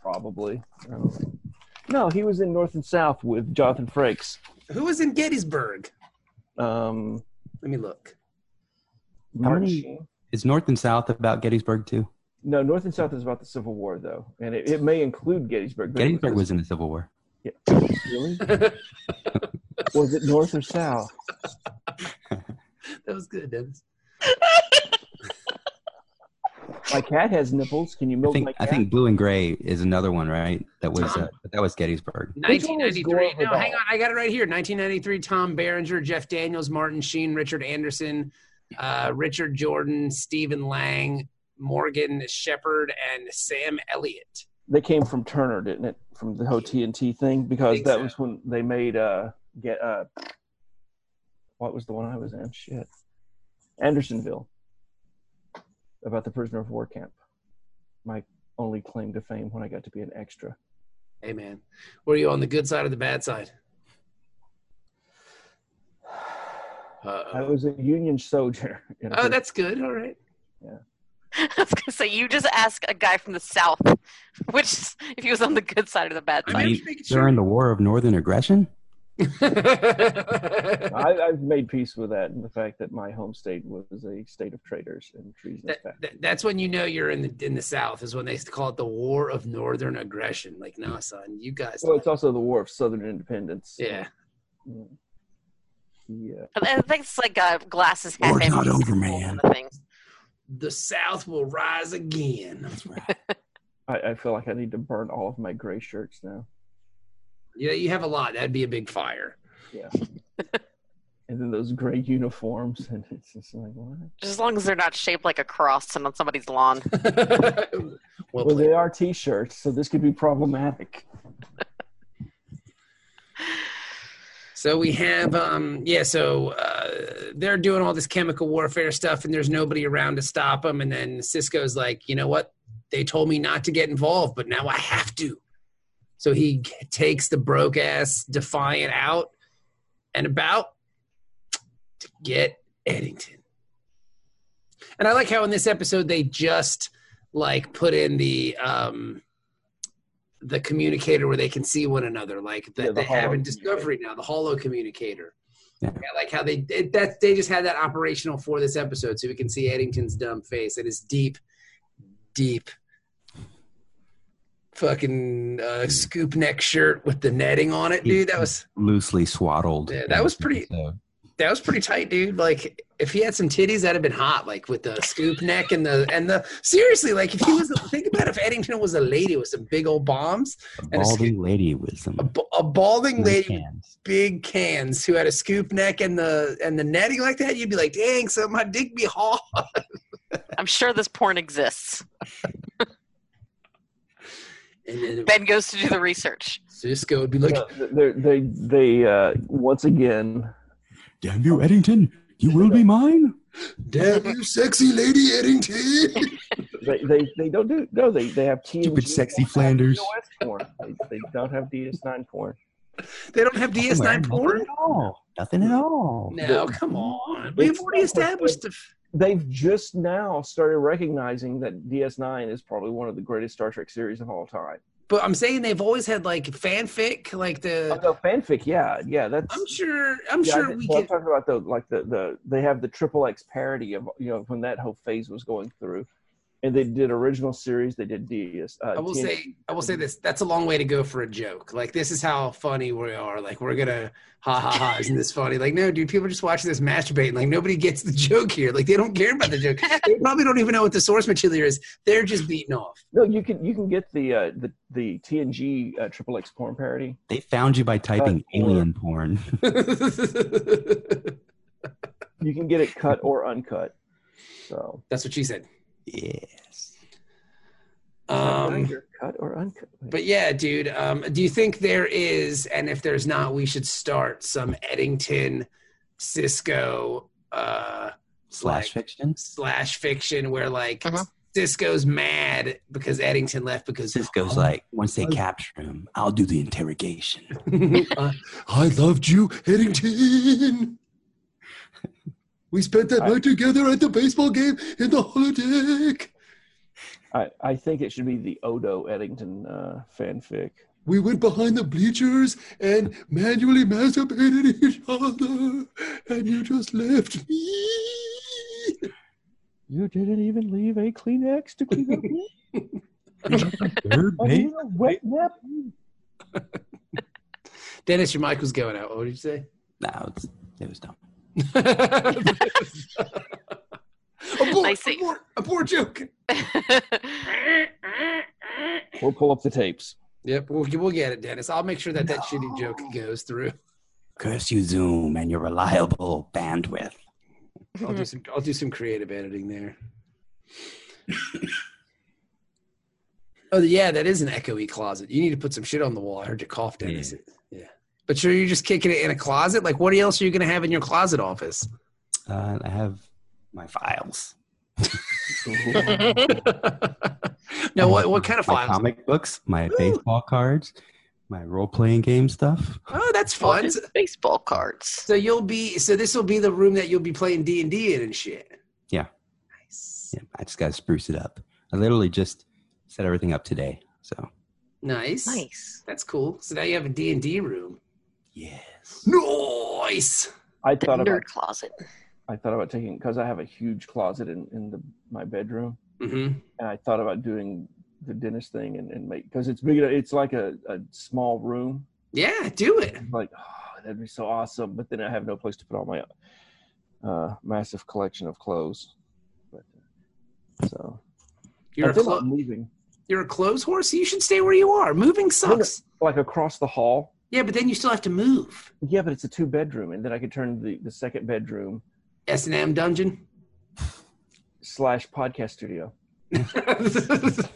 [SPEAKER 7] Probably. I don't know. No, he was in North and South with Jonathan Frakes.
[SPEAKER 2] Who was in Gettysburg?
[SPEAKER 7] Um,
[SPEAKER 2] Let me look.
[SPEAKER 3] How
[SPEAKER 7] Martin
[SPEAKER 3] many-
[SPEAKER 7] Sheen.
[SPEAKER 3] Is North and South about Gettysburg too?
[SPEAKER 7] No, North and South is about the Civil War, though, and it, it may include Gettysburg. but it
[SPEAKER 3] Gettysburg was in the Civil War.
[SPEAKER 7] really? was it North or South?
[SPEAKER 2] That was good, Dennis.
[SPEAKER 7] My cat has nipples. Can you
[SPEAKER 3] I
[SPEAKER 7] milk
[SPEAKER 3] think
[SPEAKER 7] my
[SPEAKER 3] I
[SPEAKER 7] cat?
[SPEAKER 3] think Blue and Gray is another one, right? That was uh, but that was Gettysburg.
[SPEAKER 7] Which one was
[SPEAKER 2] 1993.
[SPEAKER 7] Gore
[SPEAKER 2] No, hang
[SPEAKER 7] Vidal?
[SPEAKER 2] on. I got it right here. 1993. Tom Berenger, Jeff Daniels, Martin Sheen, Richard Anderson, uh, Richard Jordan, Stephen Lang, Morgan Shepherd, and Sam Elliott.
[SPEAKER 7] they came from Turner, didn't it? From the whole TNT thing, because
[SPEAKER 2] Think
[SPEAKER 7] that
[SPEAKER 2] so.
[SPEAKER 7] was when they made uh get uh what was the one I was in? Shit, Andersonville. About the prisoner of war camp. My only claim to fame when I got to be an extra.
[SPEAKER 2] Hey, man. Were you on the good side or the bad side?
[SPEAKER 7] I
[SPEAKER 2] Uh-oh.
[SPEAKER 7] was a Union soldier. in a
[SPEAKER 2] Oh, that's good. All right.
[SPEAKER 5] I was gonna say you just ask a guy from the South, which is- if he was on the good side or the bad
[SPEAKER 2] I
[SPEAKER 5] side.
[SPEAKER 2] mean,
[SPEAKER 3] Fighting
[SPEAKER 2] just making sure.
[SPEAKER 3] during the War of Northern Aggression.
[SPEAKER 7] I, I've made peace with that and the fact that my home state was a state of traitors and treasonous
[SPEAKER 2] That-
[SPEAKER 7] fact.
[SPEAKER 2] that- that's when you know you're in the in the South. Is when they call it the War of Northern Aggression. Like, nah, son, you guys.
[SPEAKER 7] Well, it's also the War of Southern Independence.
[SPEAKER 2] yeah.
[SPEAKER 7] Mm. Yeah.
[SPEAKER 5] I think it's like uh, glasses half
[SPEAKER 3] War's
[SPEAKER 5] empty.
[SPEAKER 3] not over,
[SPEAKER 5] kind of thing.
[SPEAKER 2] The South will rise again.
[SPEAKER 7] I, I feel like I need to burn all of my gray shirts now.
[SPEAKER 2] Yeah, you have a lot. That'd be a big fire.
[SPEAKER 7] And then those gray uniforms. And it's just like, what?
[SPEAKER 5] Just as long as they're not shaped like a cross and on somebody's lawn.
[SPEAKER 2] well,
[SPEAKER 7] Well,
[SPEAKER 2] played.
[SPEAKER 7] they are t shirts, so this could be problematic.
[SPEAKER 2] So we have, um, yeah. So uh, they're doing all this chemical warfare stuff, and there's nobody around to stop them. And then Cisco's like, you know what? They told me not to get involved, but now I have to. So he g- takes the broke ass Defiant out and about to get Eddington. And I like how in this episode they just like put in the um the communicator where they can see one another, like that
[SPEAKER 7] Yeah, the
[SPEAKER 2] they have
[SPEAKER 7] hollow
[SPEAKER 2] in Discovery now, the hollow communicator.
[SPEAKER 3] Yeah.
[SPEAKER 2] I like how they it, that they just had that operational for this episode, so we can see Eddington's dumb face and his deep, deep fucking uh, scoop neck shirt with the netting on it, dude. That was
[SPEAKER 3] loosely swaddled.
[SPEAKER 2] Yeah, that was pretty-
[SPEAKER 3] So,
[SPEAKER 2] that was pretty tight, dude. Like if he had some titties, that'd have been hot. Like with the scoop neck and the and the seriously, like if he was think about if Eddington was a lady with some big old bombs, a
[SPEAKER 3] a balding lady with some
[SPEAKER 2] a, b- a balding
[SPEAKER 3] nice
[SPEAKER 2] lady with
[SPEAKER 3] hands.
[SPEAKER 2] big cans who had a scoop neck and the and the netting like that, you'd be like, dang, so my dick be hot.
[SPEAKER 5] I'm sure this porn exists.
[SPEAKER 2] And then
[SPEAKER 5] Ben goes to do the research.
[SPEAKER 2] Cisco would be like,
[SPEAKER 7] they they, they uh, once again
[SPEAKER 3] Damn you, Eddington! You will be mine.
[SPEAKER 1] Damn you, sexy lady Eddington.
[SPEAKER 7] they, they, they don't do no they they have TNG.
[SPEAKER 3] Stupid sexy Flanders.
[SPEAKER 7] DOS porn. They, they don't have DS9 porn.
[SPEAKER 2] they don't have DS9 porn.
[SPEAKER 3] Nothing at all. Nothing at all.
[SPEAKER 2] No, come on. We've already established the. f-
[SPEAKER 7] They've just now started recognizing that DS9 is probably one of the greatest Star Trek series of all time.
[SPEAKER 2] But I'm saying they've always had like fanfic, like
[SPEAKER 7] Oh,
[SPEAKER 2] the.
[SPEAKER 7] no, fanfic, yeah, yeah, that's.
[SPEAKER 2] I'm sure. I'm
[SPEAKER 7] yeah, I
[SPEAKER 2] sure
[SPEAKER 7] did-
[SPEAKER 2] we
[SPEAKER 7] well, I'm
[SPEAKER 2] can.
[SPEAKER 7] talking about the like the the they have the triple X parody of you know when that whole phase was going through, and they did original series. They did DS. Uh,
[SPEAKER 2] I will
[SPEAKER 7] TNG.
[SPEAKER 2] say. I will say this. That's a long way to go for a joke. Like this is how funny we are. Like we're gonna ha ha ha. Isn't this funny? Like no, dude. People are just watching this masturbating. Like nobody gets the joke here. Like they don't care about the joke. They probably don't even know what the source material is. They're just beating off.
[SPEAKER 7] no, you can you can get the uh, the the TNG uh, triple X porn parody.
[SPEAKER 3] They found you by typing
[SPEAKER 7] Uh, or-
[SPEAKER 3] alien porn.
[SPEAKER 2] That's
[SPEAKER 7] You can get it cut or uncut. So
[SPEAKER 2] what she said.
[SPEAKER 3] yes.
[SPEAKER 2] Um,
[SPEAKER 7] Either cut or uncut.
[SPEAKER 2] But yeah, dude, um, do you think there is, and if there's not, we should start some Eddington, Cisco, uh,
[SPEAKER 3] Slash
[SPEAKER 2] like,
[SPEAKER 3] fiction.
[SPEAKER 2] slash fiction where like
[SPEAKER 1] Uh-huh.
[SPEAKER 5] Mhm.
[SPEAKER 2] Cisco's mad because Eddington left because
[SPEAKER 3] Cisco's like, once they capture him, I'll do the interrogation.
[SPEAKER 2] Uh,
[SPEAKER 1] I loved you, Eddington. We spent that night together at the baseball game in the holodeck.
[SPEAKER 7] I, I think it should be the Odo Eddington uh, fanfic.
[SPEAKER 1] We went behind the bleachers and manually masturbated each other, and you just left me.
[SPEAKER 7] You didn't even leave a Kleenex to clean up. with?
[SPEAKER 3] Third
[SPEAKER 7] I need a wet nap.
[SPEAKER 2] Dennis, your mic was going out. What did you say?
[SPEAKER 3] No, it's, it was dumb.
[SPEAKER 1] Abort,
[SPEAKER 5] I see.
[SPEAKER 1] abort, abort joke.
[SPEAKER 7] We'll pull up the tapes.
[SPEAKER 2] yep, we'll, we'll get it, Dennis. I'll make sure that that shitty joke goes through.
[SPEAKER 3] Curse you, Zoom, and your reliable bandwidth.
[SPEAKER 2] I'll do some. I'll do some creative editing there. oh yeah, that is an echoey closet. You need to put some shit on the wall. I heard you cough, Dennis. Yeah. But sure, you're just kicking it in a closet. Like, what else are you gonna have in your closet office?
[SPEAKER 3] Uh, I have my files.
[SPEAKER 2] no, what what kind of
[SPEAKER 3] My
[SPEAKER 2] files?
[SPEAKER 3] comic books, my
[SPEAKER 2] Ooh.
[SPEAKER 3] baseball cards, my role playing game stuff.
[SPEAKER 2] Oh, that's
[SPEAKER 5] All
[SPEAKER 2] fun.
[SPEAKER 5] his
[SPEAKER 2] So,
[SPEAKER 5] baseball cards.
[SPEAKER 2] so you'll be. So this will be the room that you'll be playing D and D in and shit.
[SPEAKER 3] Yeah.
[SPEAKER 2] Nice.
[SPEAKER 3] Yeah, I just got to spruce it up. I literally just set everything up today. So,
[SPEAKER 2] Nice.
[SPEAKER 5] Nice.
[SPEAKER 2] That's cool. So now you have a D and D room.
[SPEAKER 3] yes.
[SPEAKER 2] Nice.
[SPEAKER 7] I
[SPEAKER 5] The
[SPEAKER 7] thought about
[SPEAKER 5] nerd closet.
[SPEAKER 7] I thought about taking because I have a huge closet in in the my bedroom,
[SPEAKER 2] Mm-hmm.
[SPEAKER 7] and I thought about doing the dentist thing and, and make because it's big. enough- It's like a, a small room.
[SPEAKER 2] Yeah, do it.
[SPEAKER 7] I'm like oh, that'd be so awesome, but then I have no place to put all my uh, massive collection of clothes. But uh, so
[SPEAKER 2] You're a,
[SPEAKER 7] I think
[SPEAKER 2] clo-
[SPEAKER 7] I'm moving
[SPEAKER 2] you're a clothes horse. You should stay where you are. Moving sucks.
[SPEAKER 7] like across the hall.
[SPEAKER 2] Yeah, but then you still have to move.
[SPEAKER 7] Yeah, but it's a two bedroom, and then I could turn the the second bedroom
[SPEAKER 2] S and M dungeon.
[SPEAKER 7] slash podcast studio
[SPEAKER 2] That's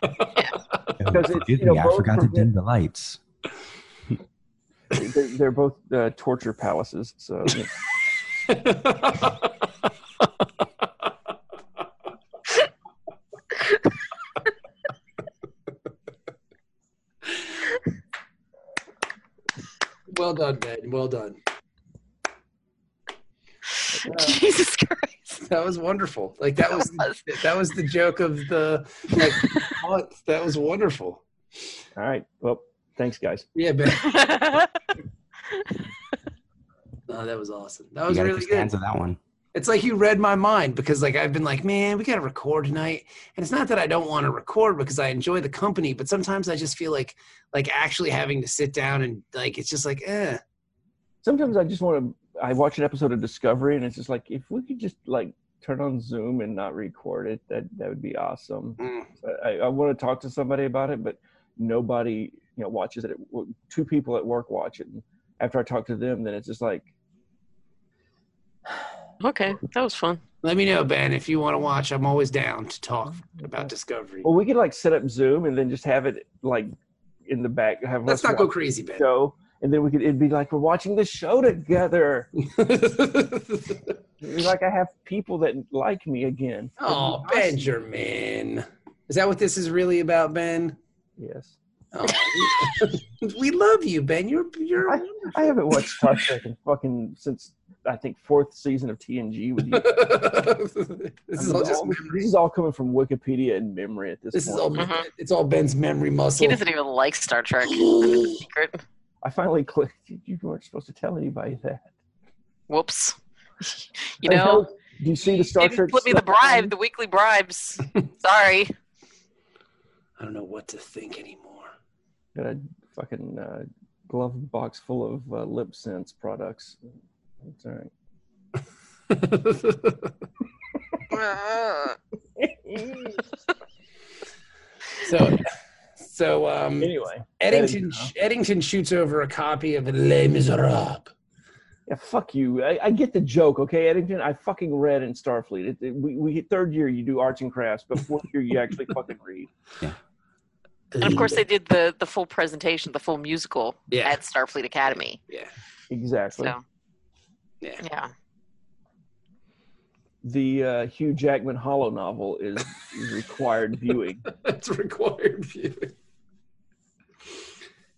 [SPEAKER 3] Oh,
[SPEAKER 7] it's,
[SPEAKER 3] Excuse
[SPEAKER 7] you know,
[SPEAKER 3] me, I
[SPEAKER 7] both
[SPEAKER 3] forgot to dim
[SPEAKER 7] prevent-
[SPEAKER 3] the lights.
[SPEAKER 7] they're, they're both uh, torture palaces so
[SPEAKER 2] Well done.
[SPEAKER 5] Jesus Christ.
[SPEAKER 2] That was wonderful. Like that was that was the joke of the like month. That was wonderful.
[SPEAKER 7] All right. Well, thanks, guys.
[SPEAKER 2] Yeah, Ben.
[SPEAKER 5] I
[SPEAKER 2] Oh, that was awesome. That
[SPEAKER 3] You
[SPEAKER 2] was
[SPEAKER 3] got
[SPEAKER 2] really
[SPEAKER 3] really
[SPEAKER 2] good.
[SPEAKER 3] Costanza that one.
[SPEAKER 2] It's like you read my mind because like I've been like, man, we gotta record tonight. And it's not that I don't want to record because I enjoy the company, but sometimes I just feel like like actually having to sit down and like it's just like, eh.
[SPEAKER 7] Sometimes I just want to. I watch an episode of Discovery, and it's just like if we could just like turn on Zoom and not record it, that that would be awesome.
[SPEAKER 2] Mm.
[SPEAKER 7] I, I want to talk to somebody about it, but nobody you know watches it. W- Two people at work watch it, and after I talk to them, then it's just like
[SPEAKER 5] okay, that was fun.
[SPEAKER 2] Let me know, Ben, if you want to watch. I'm always down to talk about Discovery.
[SPEAKER 7] Well, we could like set up Zoom and then just have it like in the back. Have
[SPEAKER 2] Let's
[SPEAKER 7] us
[SPEAKER 2] not go
[SPEAKER 7] watch
[SPEAKER 2] crazy,
[SPEAKER 7] the
[SPEAKER 2] Ben.
[SPEAKER 7] show, and then we could. It'd be like we're watching the show together. It'd be like I have people that like me again.
[SPEAKER 2] oh, Benjamin. Is that what this is really about, Ben?
[SPEAKER 7] Yes,
[SPEAKER 2] Oh, we- we love you, Ben. You're you're
[SPEAKER 7] I haven't watched Star Trek in fucking since I think fourth season of TNG with you.
[SPEAKER 2] this is all just
[SPEAKER 7] this is all coming from Wikipedia and memory at this,
[SPEAKER 2] this is
[SPEAKER 7] point.
[SPEAKER 2] all
[SPEAKER 5] Mhm.
[SPEAKER 2] it's all Ben's memory
[SPEAKER 5] He
[SPEAKER 2] muscle.
[SPEAKER 5] doesn't even like Star Trek. I mean, it's a secret.
[SPEAKER 7] I finally clicked. You weren't supposed to tell anybody that.
[SPEAKER 5] Whoops. You
[SPEAKER 7] Hey,
[SPEAKER 5] know,
[SPEAKER 7] Harold, do you see the Star
[SPEAKER 5] you didn't
[SPEAKER 7] Trek?
[SPEAKER 5] flip me the
[SPEAKER 7] stuff?
[SPEAKER 5] bribe, the weekly bribes. Sorry.
[SPEAKER 2] I don't know what to think anymore.
[SPEAKER 7] Got a fucking uh, glove box full of uh, lip sense products. That's all right.
[SPEAKER 2] so so um
[SPEAKER 7] Anyway,
[SPEAKER 2] Eddington Eddington shoots over a copy of Les Miserables.
[SPEAKER 7] yeah, fuck you. I, I get the joke, okay, Eddington. I fucking read in Starfleet. It, it- we, we third year you do arts and crafts, but fourth year you actually fucking read.
[SPEAKER 5] and of course, they did the, the full presentation, the full musical
[SPEAKER 2] Yeah.
[SPEAKER 5] at Starfleet Academy.
[SPEAKER 2] Yeah.
[SPEAKER 7] Exactly.
[SPEAKER 5] So,
[SPEAKER 2] Yeah.
[SPEAKER 5] yeah.
[SPEAKER 7] The uh, Hugh Jackman Hollow novel is, is required viewing.
[SPEAKER 2] That's required viewing.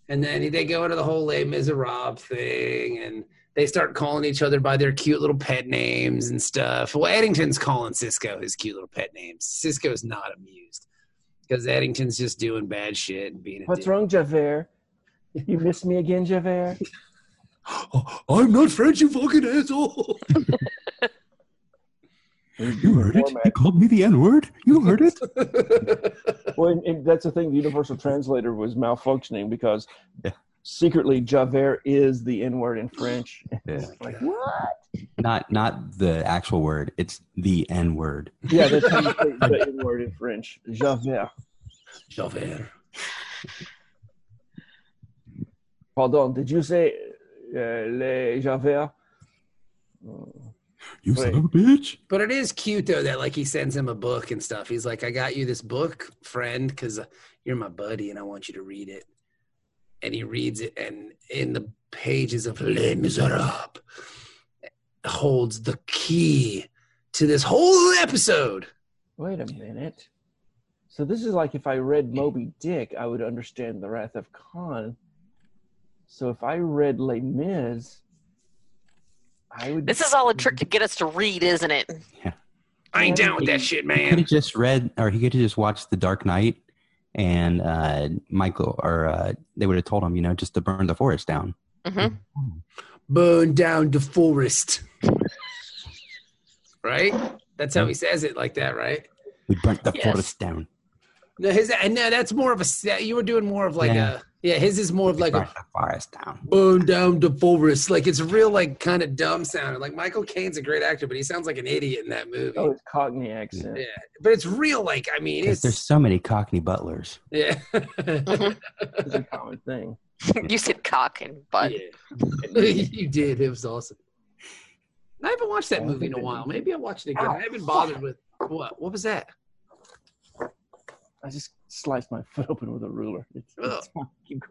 [SPEAKER 2] And then they go into the whole Les Miserables thing, and they start calling each other by their cute little pet names and stuff. Well, Eddington's calling Cisco his cute little pet names. Cisco's not amused because Eddington's just doing bad shit and being a
[SPEAKER 7] What's
[SPEAKER 2] dick.
[SPEAKER 7] wrong, Javert? You miss me again, Javert?
[SPEAKER 1] Oh, I'm not French, you fucking asshole. You heard it? You called me the N word? You heard it?
[SPEAKER 7] Well, and, and that's the thing. The universal translator was malfunctioning because
[SPEAKER 3] Yeah.
[SPEAKER 7] secretly Javert is the N word in French.
[SPEAKER 3] Yeah.
[SPEAKER 7] Like what?
[SPEAKER 3] Not not the actual word. It's the N word.
[SPEAKER 7] Yeah, that's how you say the N word in French. Javert.
[SPEAKER 2] Javert.
[SPEAKER 7] Pardon. Did you say uh, les Javert? Mm.
[SPEAKER 1] You
[SPEAKER 7] Wait.
[SPEAKER 1] son of a bitch.
[SPEAKER 2] But it is cute though that like he sends him a book and stuff. He's like, "I got you this book, friend, because you're my buddy and I want you to read it." And he reads it, and in the pages of Les Miserables holds the key to this whole episode.
[SPEAKER 7] Wait a minute. So this is like if I read Moby Dick, I would understand the Wrath of Khan. So if I read Les Mis, I would.
[SPEAKER 5] This is all a trick to get us to read, isn't it?
[SPEAKER 2] I ain't down with that shit,
[SPEAKER 3] He could
[SPEAKER 2] man.
[SPEAKER 3] have just read, or he could have just watched The Dark Knight, and uh, Michael, or uh, they would have told him, you know, just to burn the forest down.
[SPEAKER 5] Mm-hmm.
[SPEAKER 2] Burn down the forest. right? That's how he says it, like that, right?
[SPEAKER 3] We burnt the
[SPEAKER 5] Yes.
[SPEAKER 3] forest down.
[SPEAKER 2] No, his and no, that's more of a. se- You were doing more of like
[SPEAKER 3] Yeah.
[SPEAKER 2] a. Yeah, his is more of like a
[SPEAKER 3] burnt the forest down.
[SPEAKER 2] burn down the forest. Like it's real, like kind of dumb sounding. Like Michael Caine's a great actor, but he sounds like an idiot in that movie.
[SPEAKER 7] Oh, it's Cockney accent.
[SPEAKER 2] Yeah, but it's real. Like I mean,
[SPEAKER 3] Because there's
[SPEAKER 2] it's
[SPEAKER 3] so many Cockney butlers.
[SPEAKER 2] yeah.
[SPEAKER 7] It's a common thing.
[SPEAKER 5] you said cock and butt.
[SPEAKER 2] Yeah. you did. It was awesome. I haven't watched that
[SPEAKER 7] I
[SPEAKER 2] movie in
[SPEAKER 7] think
[SPEAKER 2] a
[SPEAKER 7] I
[SPEAKER 2] while. Maybe I watched it again. I haven't bothered with what. What was that?
[SPEAKER 7] I just sliced my foot open with a ruler. It's, it's fine. Keep going.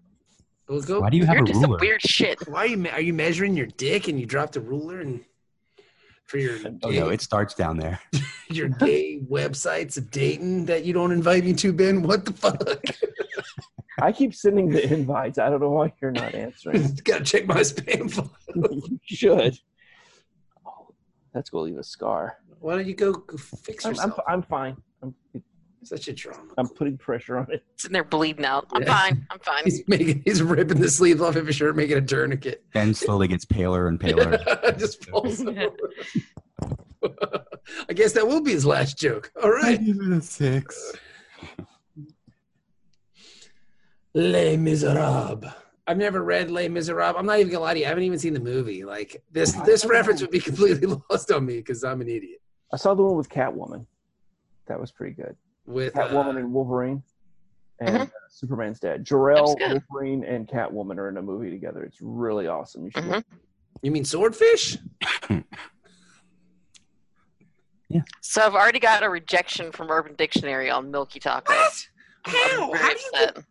[SPEAKER 2] Well, go.
[SPEAKER 3] Why do you have
[SPEAKER 5] You're
[SPEAKER 3] a
[SPEAKER 5] just
[SPEAKER 3] ruler?
[SPEAKER 5] some weird shit.
[SPEAKER 2] Why are you? me- Are you measuring your dick and you dropped a ruler and for your
[SPEAKER 3] Oh
[SPEAKER 2] gay-
[SPEAKER 3] no, it starts down there.
[SPEAKER 2] your gay websites of dating that you don't invite me to, Ben? What the fuck?
[SPEAKER 7] I keep sending the invites. I don't know why you're not answering.
[SPEAKER 2] Gotta check my spam folder.
[SPEAKER 7] you should. Oh, that's gonna leave a scar.
[SPEAKER 2] Why don't you go fix
[SPEAKER 7] I'm, I'm,
[SPEAKER 2] yourself?
[SPEAKER 7] I'm fine. I'm,
[SPEAKER 2] Such a drama.
[SPEAKER 7] I'm putting pressure on it.
[SPEAKER 5] Sitting there bleeding out. I'm
[SPEAKER 2] Yeah.
[SPEAKER 5] fine. I'm fine.
[SPEAKER 2] He's making, he's ripping the sleeve off of his shirt, making a tourniquet.
[SPEAKER 3] Ben slowly gets paler and paler.
[SPEAKER 2] Just falls over. I guess that will be his last joke. All right.
[SPEAKER 3] give it a six.
[SPEAKER 2] Les Miserables. I've never read Les Miserables. I'm not even gonna lie to you. I haven't even seen the movie. Like this,
[SPEAKER 7] Oh,
[SPEAKER 2] this reference would be completely lost on me because I'm an idiot.
[SPEAKER 7] I saw the one with Catwoman. That was pretty good.
[SPEAKER 2] With uh,
[SPEAKER 7] Catwoman and Wolverine, and
[SPEAKER 2] Mm-hmm.
[SPEAKER 7] uh, Superman's dad. Jor-El,
[SPEAKER 5] That was good.
[SPEAKER 7] Wolverine, and Catwoman are in a movie together. It's really awesome. You should.
[SPEAKER 2] Mm-hmm.
[SPEAKER 5] Mhm.
[SPEAKER 7] look.
[SPEAKER 2] you mean swordfish?
[SPEAKER 5] So I've already got a rejection from Urban Dictionary on Milky Taco.
[SPEAKER 2] What?
[SPEAKER 5] I'm
[SPEAKER 2] How?
[SPEAKER 5] very
[SPEAKER 2] How do, you
[SPEAKER 5] upset.
[SPEAKER 2] get,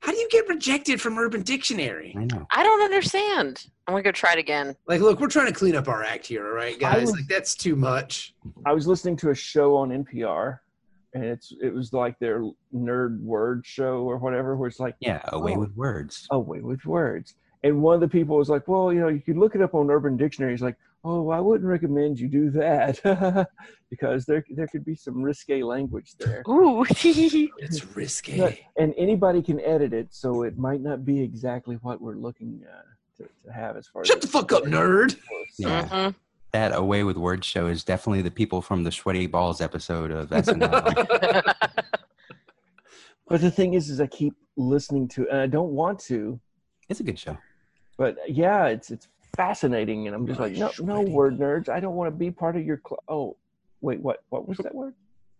[SPEAKER 2] how do you get rejected from Urban Dictionary?
[SPEAKER 3] I know.
[SPEAKER 5] I don't understand. I'm gonna go try it again.
[SPEAKER 2] Like, look, we're trying to clean up our act here, all right,
[SPEAKER 7] I
[SPEAKER 2] guys?
[SPEAKER 7] would-
[SPEAKER 2] Like, that's too much.
[SPEAKER 7] I was listening to a show on NPR, and it's it was like their nerd word show or whatever, where it's like
[SPEAKER 3] Yeah, away
[SPEAKER 7] Oh.
[SPEAKER 3] with words.
[SPEAKER 7] away with words. And one of the people was like, "Well, you know, you could look it up on Urban Dictionary." He's like, "Oh, I wouldn't recommend you do that because there there could be some risque language there."
[SPEAKER 5] Ooh.
[SPEAKER 2] It's risky.
[SPEAKER 7] But- and anybody can edit it, so it might not be exactly what we're looking uh, to, to have as far as
[SPEAKER 2] Shut the fuck up, nerd.
[SPEAKER 3] Yeah.
[SPEAKER 5] Mhm.
[SPEAKER 3] That away with words show is definitely the people from the sweaty balls episode of SNL.
[SPEAKER 7] But the thing is, is I keep listening to, and I don't want to.
[SPEAKER 3] it's a good show.
[SPEAKER 7] But uh, yeah, it's it's fascinating, and I'm just
[SPEAKER 2] My
[SPEAKER 7] like, no, no
[SPEAKER 2] sweaty
[SPEAKER 7] word nerds. I don't want to be part of your. Cl- oh, wait, what? What was that word?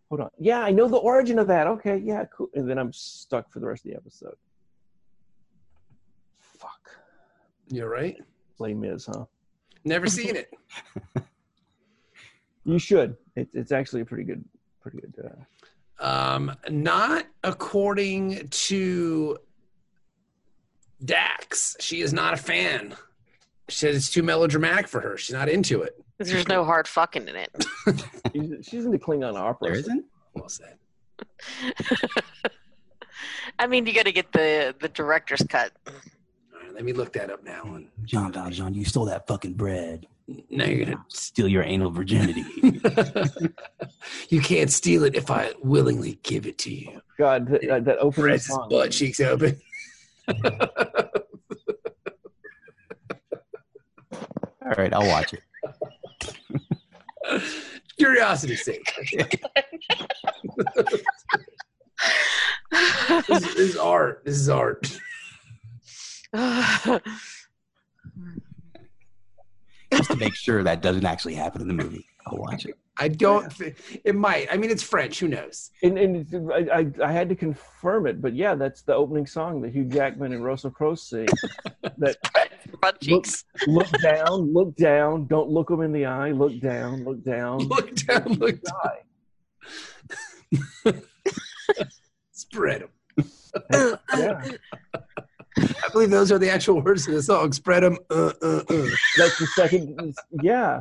[SPEAKER 7] Hold on. Yeah, I know the origin of that. Okay, yeah, cool. And then I'm stuck for the rest of the episode. Fuck,
[SPEAKER 2] You're right.
[SPEAKER 7] blame is, huh?
[SPEAKER 2] Never seen it.
[SPEAKER 7] You should. It, it's actually a pretty good, pretty good. Uh,
[SPEAKER 2] Um, not according to Dax. She is not a fan. She says it's too melodramatic for her. She's not into it.
[SPEAKER 5] 'Cause There's no hard fucking in it.
[SPEAKER 7] she's, she's into Klingon opera.
[SPEAKER 3] There isn't?
[SPEAKER 2] Well said.
[SPEAKER 5] I mean, you got to get the the director's cut.
[SPEAKER 2] All right, let me look that up now. And
[SPEAKER 3] Jean Valjean, you stole that fucking bread.
[SPEAKER 2] now you're gonna.
[SPEAKER 3] Steal your anal virginity.
[SPEAKER 2] you can't steal it if I willingly give it to you.
[SPEAKER 7] God, th- uh, that, that opening
[SPEAKER 2] Press his
[SPEAKER 7] song.
[SPEAKER 2] butt cheeks open.
[SPEAKER 3] All right, I'll watch it.
[SPEAKER 2] Curiosity sake. This, this is art. This is art.
[SPEAKER 3] Just to make sure that doesn't actually happen in the movie. I'll watch it.
[SPEAKER 2] I don't. thi- it might. I mean, it's French. Who knows?
[SPEAKER 7] And, and it's- I, I, I had to confirm it, but yeah, that's the opening song that Hugh Jackman and Russell Crowe sing. that
[SPEAKER 5] Butt cheeks.
[SPEAKER 7] look down, look down, don't look them in the eye, look down, look down.
[SPEAKER 2] Look down. Look down.
[SPEAKER 7] die.
[SPEAKER 2] Spread them.
[SPEAKER 7] Yeah,
[SPEAKER 2] I believe those are the actual words of the song. Spread them. Uh, uh, uh.
[SPEAKER 7] that's the second. Yeah,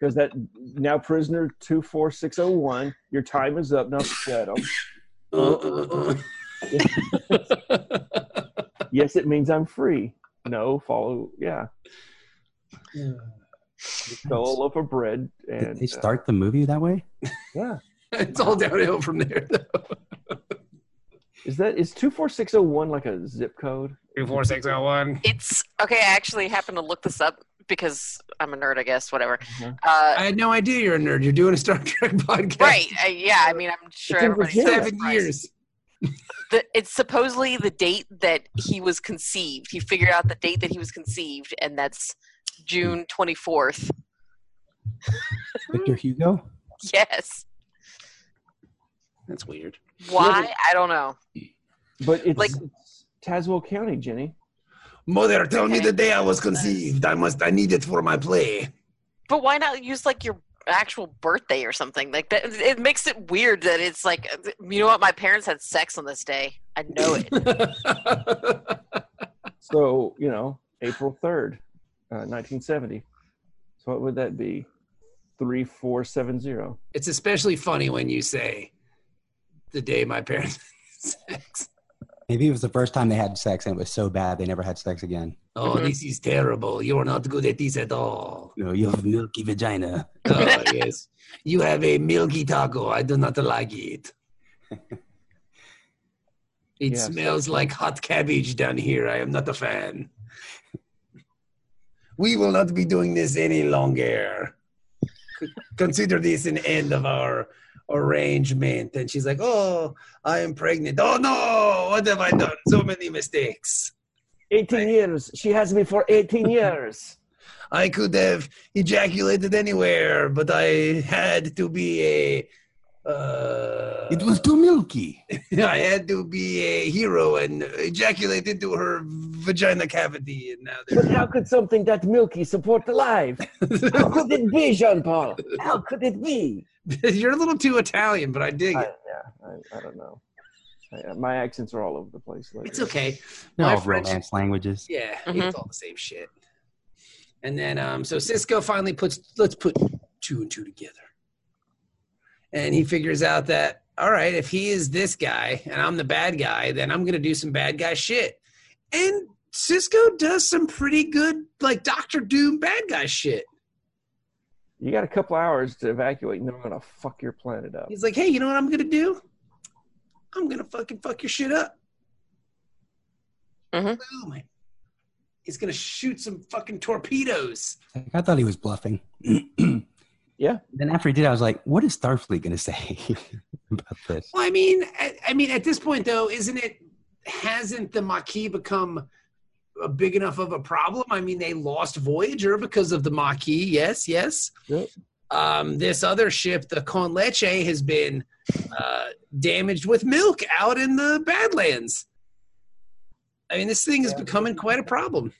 [SPEAKER 7] because that now prisoner two four six zero one. Your time is up. Now shut 'em.
[SPEAKER 2] Uh, uh, uh.
[SPEAKER 7] Yes, it means I'm free. No, follow. Yeah, stole a loaf of bread
[SPEAKER 3] Did
[SPEAKER 7] and
[SPEAKER 3] they start the movie that way?
[SPEAKER 7] uh, yeah.
[SPEAKER 2] it's all downhill from there.
[SPEAKER 7] Is that is two four six zero one like a zip code?
[SPEAKER 2] Two four six zero one.
[SPEAKER 5] It's okay. I actually happened to look this up because I'm a nerd, I guess. Whatever.
[SPEAKER 2] Mm-hmm.
[SPEAKER 7] Mhm.
[SPEAKER 5] Uh,
[SPEAKER 2] I had no idea you're a nerd. You're doing a Star Trek podcast.
[SPEAKER 5] right. I, yeah. I mean, I'm sure
[SPEAKER 7] It's in
[SPEAKER 5] everybody.
[SPEAKER 7] Virginia.
[SPEAKER 2] Seven years.
[SPEAKER 5] the, it's supposedly the date that he was conceived. He figured out the date that he was conceived, and that's June 24th.
[SPEAKER 3] Victor Hugo?
[SPEAKER 5] Yes.
[SPEAKER 2] That's weird.
[SPEAKER 5] Why? I don't know.
[SPEAKER 7] But it's,
[SPEAKER 5] Like-
[SPEAKER 7] it's Tazewell County, Jenny.
[SPEAKER 2] Mother, tell me
[SPEAKER 5] Okay.
[SPEAKER 2] the day I was conceived. I must. I need it for my play.
[SPEAKER 5] But why not use like your actual birthday or something like that? It makes it weird that it's like, you know what? My parents had sex on this day. I know it.
[SPEAKER 7] So you know, April third, uh, nineteen seventy. So what would that be? Three four seven zero.
[SPEAKER 2] it's especially funny when you say, "The day my parents had sex."
[SPEAKER 3] Maybe it was the first time they had sex and it was so bad they never had sex again.
[SPEAKER 2] Oh,
[SPEAKER 5] Mhm.
[SPEAKER 2] this is terrible. You're not good at this at all.
[SPEAKER 3] You know, you have milky vagina.
[SPEAKER 2] Oh, yes. You have a milky taco. I do not like it. It
[SPEAKER 7] Yes.
[SPEAKER 2] smells like hot cabbage down here. I am not a fan. We will not be doing this any longer. Consider this an end of our arrangement. And she's like, Oh, I am pregnant. Oh, no. What have I done? So many mistakes.
[SPEAKER 7] 18 years. She has me for 18 years.
[SPEAKER 2] I could have ejaculated anywhere, but I had to be a. Uh,
[SPEAKER 3] It was too milky.
[SPEAKER 2] I had to be a hero and ejaculate into her vagina cavity, and now
[SPEAKER 7] But
[SPEAKER 2] there.
[SPEAKER 7] how could something that milky support life? How could it be, Jean Paul? How could it be?
[SPEAKER 2] You're a little too Italian, but I dig
[SPEAKER 7] I,
[SPEAKER 2] it.
[SPEAKER 7] yeah, I, I don't know. I, uh, my accents are all over the place. Lately.
[SPEAKER 2] It's okay.
[SPEAKER 3] They're
[SPEAKER 2] My
[SPEAKER 3] all
[SPEAKER 2] French-
[SPEAKER 3] romance languages.
[SPEAKER 2] Yeah,
[SPEAKER 5] Mhm.
[SPEAKER 2] it's all the same shit. And then, um, so Cisco finally puts, let's put two and two together. And he figures out that, all right, if he is this guy and I'm the bad guy, then I'm going to do some bad guy shit. And Cisco does some pretty good, like Doctor Doom bad guy shit.
[SPEAKER 7] You got a couple hours to evacuate, and they're going to fuck your planet up.
[SPEAKER 2] He's like, hey, you know what I'm going to do? I'm going to fucking fuck your shit up.
[SPEAKER 5] Mhm.
[SPEAKER 2] Boom. He's going to shoot some fucking torpedoes.
[SPEAKER 3] Like, I thought he was bluffing.
[SPEAKER 7] Yeah.
[SPEAKER 3] Then after he did, I was like, what is Starfleet going to say about this?
[SPEAKER 2] Well, I mean, I, I mean, at this point though, isn't it? Hasn't the Maquis become a big enough of a problem? I mean, they lost Voyager because of the Maquis. Yes, yes.
[SPEAKER 7] Yep.
[SPEAKER 2] Um, this other ship, the Con Leche, has been uh, damaged with milk out in the Badlands. I mean, this thing is becoming quite a problem.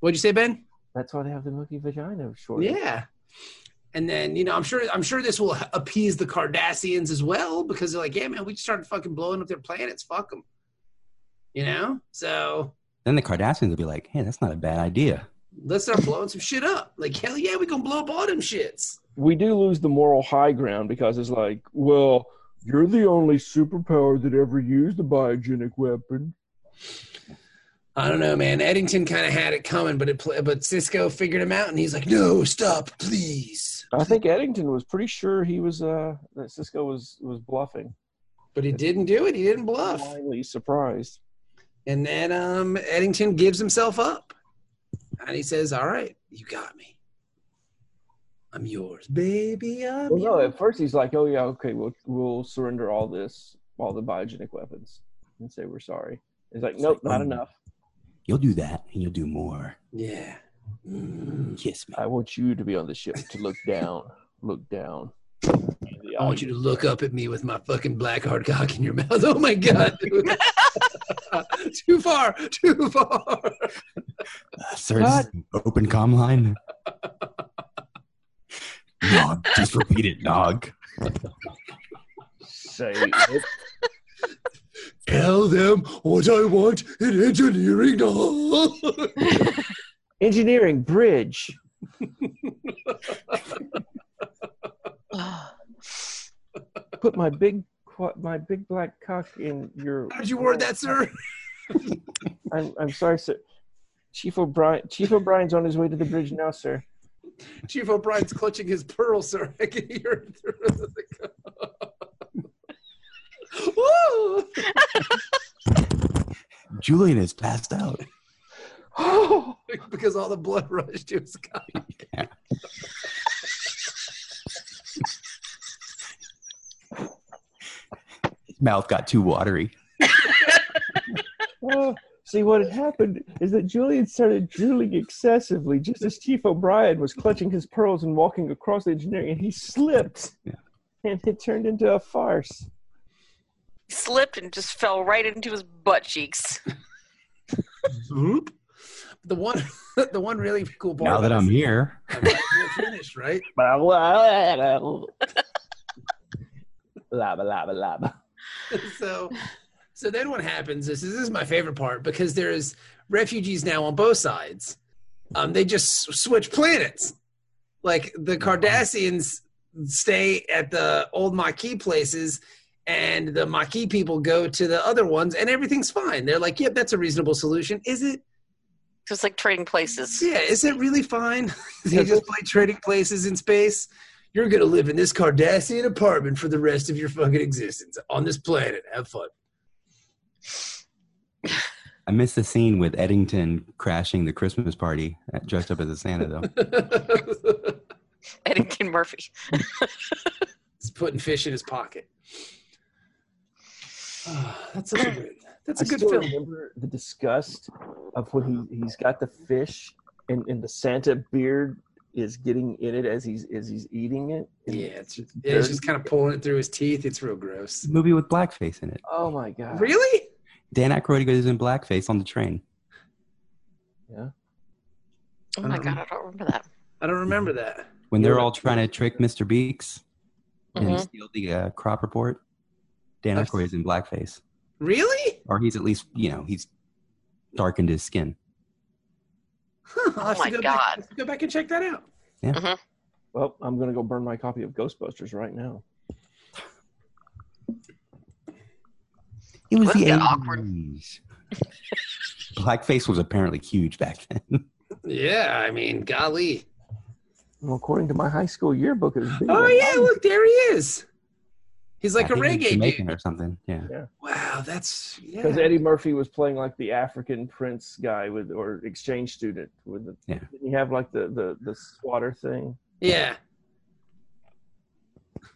[SPEAKER 2] What'd you say, Ben?
[SPEAKER 7] That's why they have the milky vagina short.
[SPEAKER 2] Yeah. And then, you know, I'm sure I'm sure this will appease the Cardassians as well because they're like, yeah, man, we just started fucking blowing up their planets. Fuck them. You know? So
[SPEAKER 3] Then the Cardassians would be like, hey, that's not a bad idea.
[SPEAKER 2] let's start blowing some shit up. Like, hell yeah, we gonna blow up all them shits.
[SPEAKER 7] we do lose the moral high ground because it's like, well, you're the only superpower that ever used a biogenic weapon.
[SPEAKER 2] I don't know, man. Eddington kind of had it coming, but it pl- but Cisco figured him out, and he's like, "No, stop, please."
[SPEAKER 7] I think Eddington was pretty sure he was uh that Cisco was was bluffing.
[SPEAKER 2] But he didn't do it. He didn't bluff.
[SPEAKER 7] Blindly surprised.
[SPEAKER 2] And then um, Eddington gives himself up. And he says, All right, you got me. I'm yours, baby. I'm
[SPEAKER 7] Well, no,
[SPEAKER 2] yours."
[SPEAKER 7] at first he's like, oh yeah, okay, we'll we'll surrender all this, all the biogenic weapons, and say we're sorry. He's like, "Mm, nope,
[SPEAKER 3] like,
[SPEAKER 7] not
[SPEAKER 3] um,
[SPEAKER 7] enough.
[SPEAKER 3] You'll do that and you'll do more.
[SPEAKER 2] Yeah. Mm.
[SPEAKER 3] Kiss me.
[SPEAKER 7] I want you to be on the ship to look down, look down.
[SPEAKER 2] I want you to look up at me with my fucking black hard cock in your mouth. Oh my God. dude. too far. Too far.
[SPEAKER 3] Uh, sir, this is an open comm line. Nog, just repeat it, Nog.
[SPEAKER 7] say
[SPEAKER 1] Tell them what I want in engineering now.
[SPEAKER 7] engineering bridge. put my big qu- my big black cock in your.
[SPEAKER 2] How'd you word that, sir?
[SPEAKER 7] I'm, I'm sorry, sir. Chief O'Brien. Chief O'Brien's on his way to the bridge now, sir.
[SPEAKER 2] Chief O'Brien's clutching his pearl, sir. I can hear it through the Woo!
[SPEAKER 3] Julian is passed out.
[SPEAKER 7] Oh,
[SPEAKER 2] because all the blood rushed to his cock.
[SPEAKER 3] His mouth got too watery.
[SPEAKER 7] see what had happened is that Julian started drooling excessively just as Chief O'Brien was clutching his pearls and walking across the engineering, and he slipped,
[SPEAKER 3] Yeah.
[SPEAKER 7] and it turned into a farce.
[SPEAKER 5] He slipped and just fell right into his butt cheeks.
[SPEAKER 2] Boop. The one, the one really cool part.
[SPEAKER 3] Now that
[SPEAKER 2] about
[SPEAKER 3] I'm
[SPEAKER 2] this-
[SPEAKER 3] here,
[SPEAKER 2] I'm not gonna finish, right?
[SPEAKER 7] Blah blah blah blah blah. blah, blah.
[SPEAKER 2] so so then what happens is this is my favorite part because there's refugees now on both sides um they just s- switch planets like the cardassians stay at the old maquis places and the Maquis people go to the other ones, and everything's fine. They're like, "Yep, that's a reasonable solution." Is it?
[SPEAKER 5] So it's like trading places.
[SPEAKER 2] Yeah, is it really fine? you just play trading places in space. You're gonna live in this Cardassian apartment for the rest of your fucking existence on this planet. Have fun.
[SPEAKER 3] I missed the scene with Eddington crashing the Christmas party uh, dressed up as a Santa, though.
[SPEAKER 5] Eddington Murphy.
[SPEAKER 2] He's putting fish in his pocket. Ah, that's such a good. That's a
[SPEAKER 7] I
[SPEAKER 2] good
[SPEAKER 7] still
[SPEAKER 2] film.
[SPEAKER 7] remember the disgust of when he, he's got the fish and, and the Santa beard is getting in it as he's as he's eating it. And
[SPEAKER 2] Yeah, it's just, yeah, he's just kind of pulling it through his teeth. It's real gross.
[SPEAKER 3] Movie with blackface in it.
[SPEAKER 7] Oh my god.
[SPEAKER 2] Really?
[SPEAKER 3] Dan Aykroyd goes in blackface on the train.
[SPEAKER 5] Oh my
[SPEAKER 2] Um,
[SPEAKER 5] god, I don't remember that.
[SPEAKER 2] I don't remember that.
[SPEAKER 3] when they're
[SPEAKER 7] Yeah.
[SPEAKER 3] all trying to trick Mr. Beaks and
[SPEAKER 5] Mhm.
[SPEAKER 3] steal the uh, crop report,
[SPEAKER 2] Mm-hmm.
[SPEAKER 3] Dan
[SPEAKER 2] That's-
[SPEAKER 3] Aykroyd is in blackface,
[SPEAKER 2] Really?
[SPEAKER 3] or he's at least you know he's darkened his skin.
[SPEAKER 2] Huh, I'll have to
[SPEAKER 5] Oh my
[SPEAKER 2] go
[SPEAKER 5] God.
[SPEAKER 2] Back, I'll have to go back and check that out.
[SPEAKER 7] Well, I'm gonna go burn my copy of Ghostbusters right now.
[SPEAKER 3] It was
[SPEAKER 5] Let's
[SPEAKER 3] the
[SPEAKER 5] get awkward.
[SPEAKER 3] 80s. blackface was apparently huge back then.
[SPEAKER 2] Yeah, I mean, golly.
[SPEAKER 7] Well, according to my high school yearbook, it was big.
[SPEAKER 2] Oh yeah, look, there he is. He's like
[SPEAKER 3] I
[SPEAKER 2] a
[SPEAKER 3] think he was
[SPEAKER 2] reggae
[SPEAKER 3] Jamaican
[SPEAKER 2] dude.
[SPEAKER 3] or something. Yeah,
[SPEAKER 2] Wow, that's yeah.
[SPEAKER 7] Because Eddie Murphy was playing like the African prince guy with or exchange student with the
[SPEAKER 3] Yeah.
[SPEAKER 7] didn't he have like the, the, the swatter thing?
[SPEAKER 2] Yeah.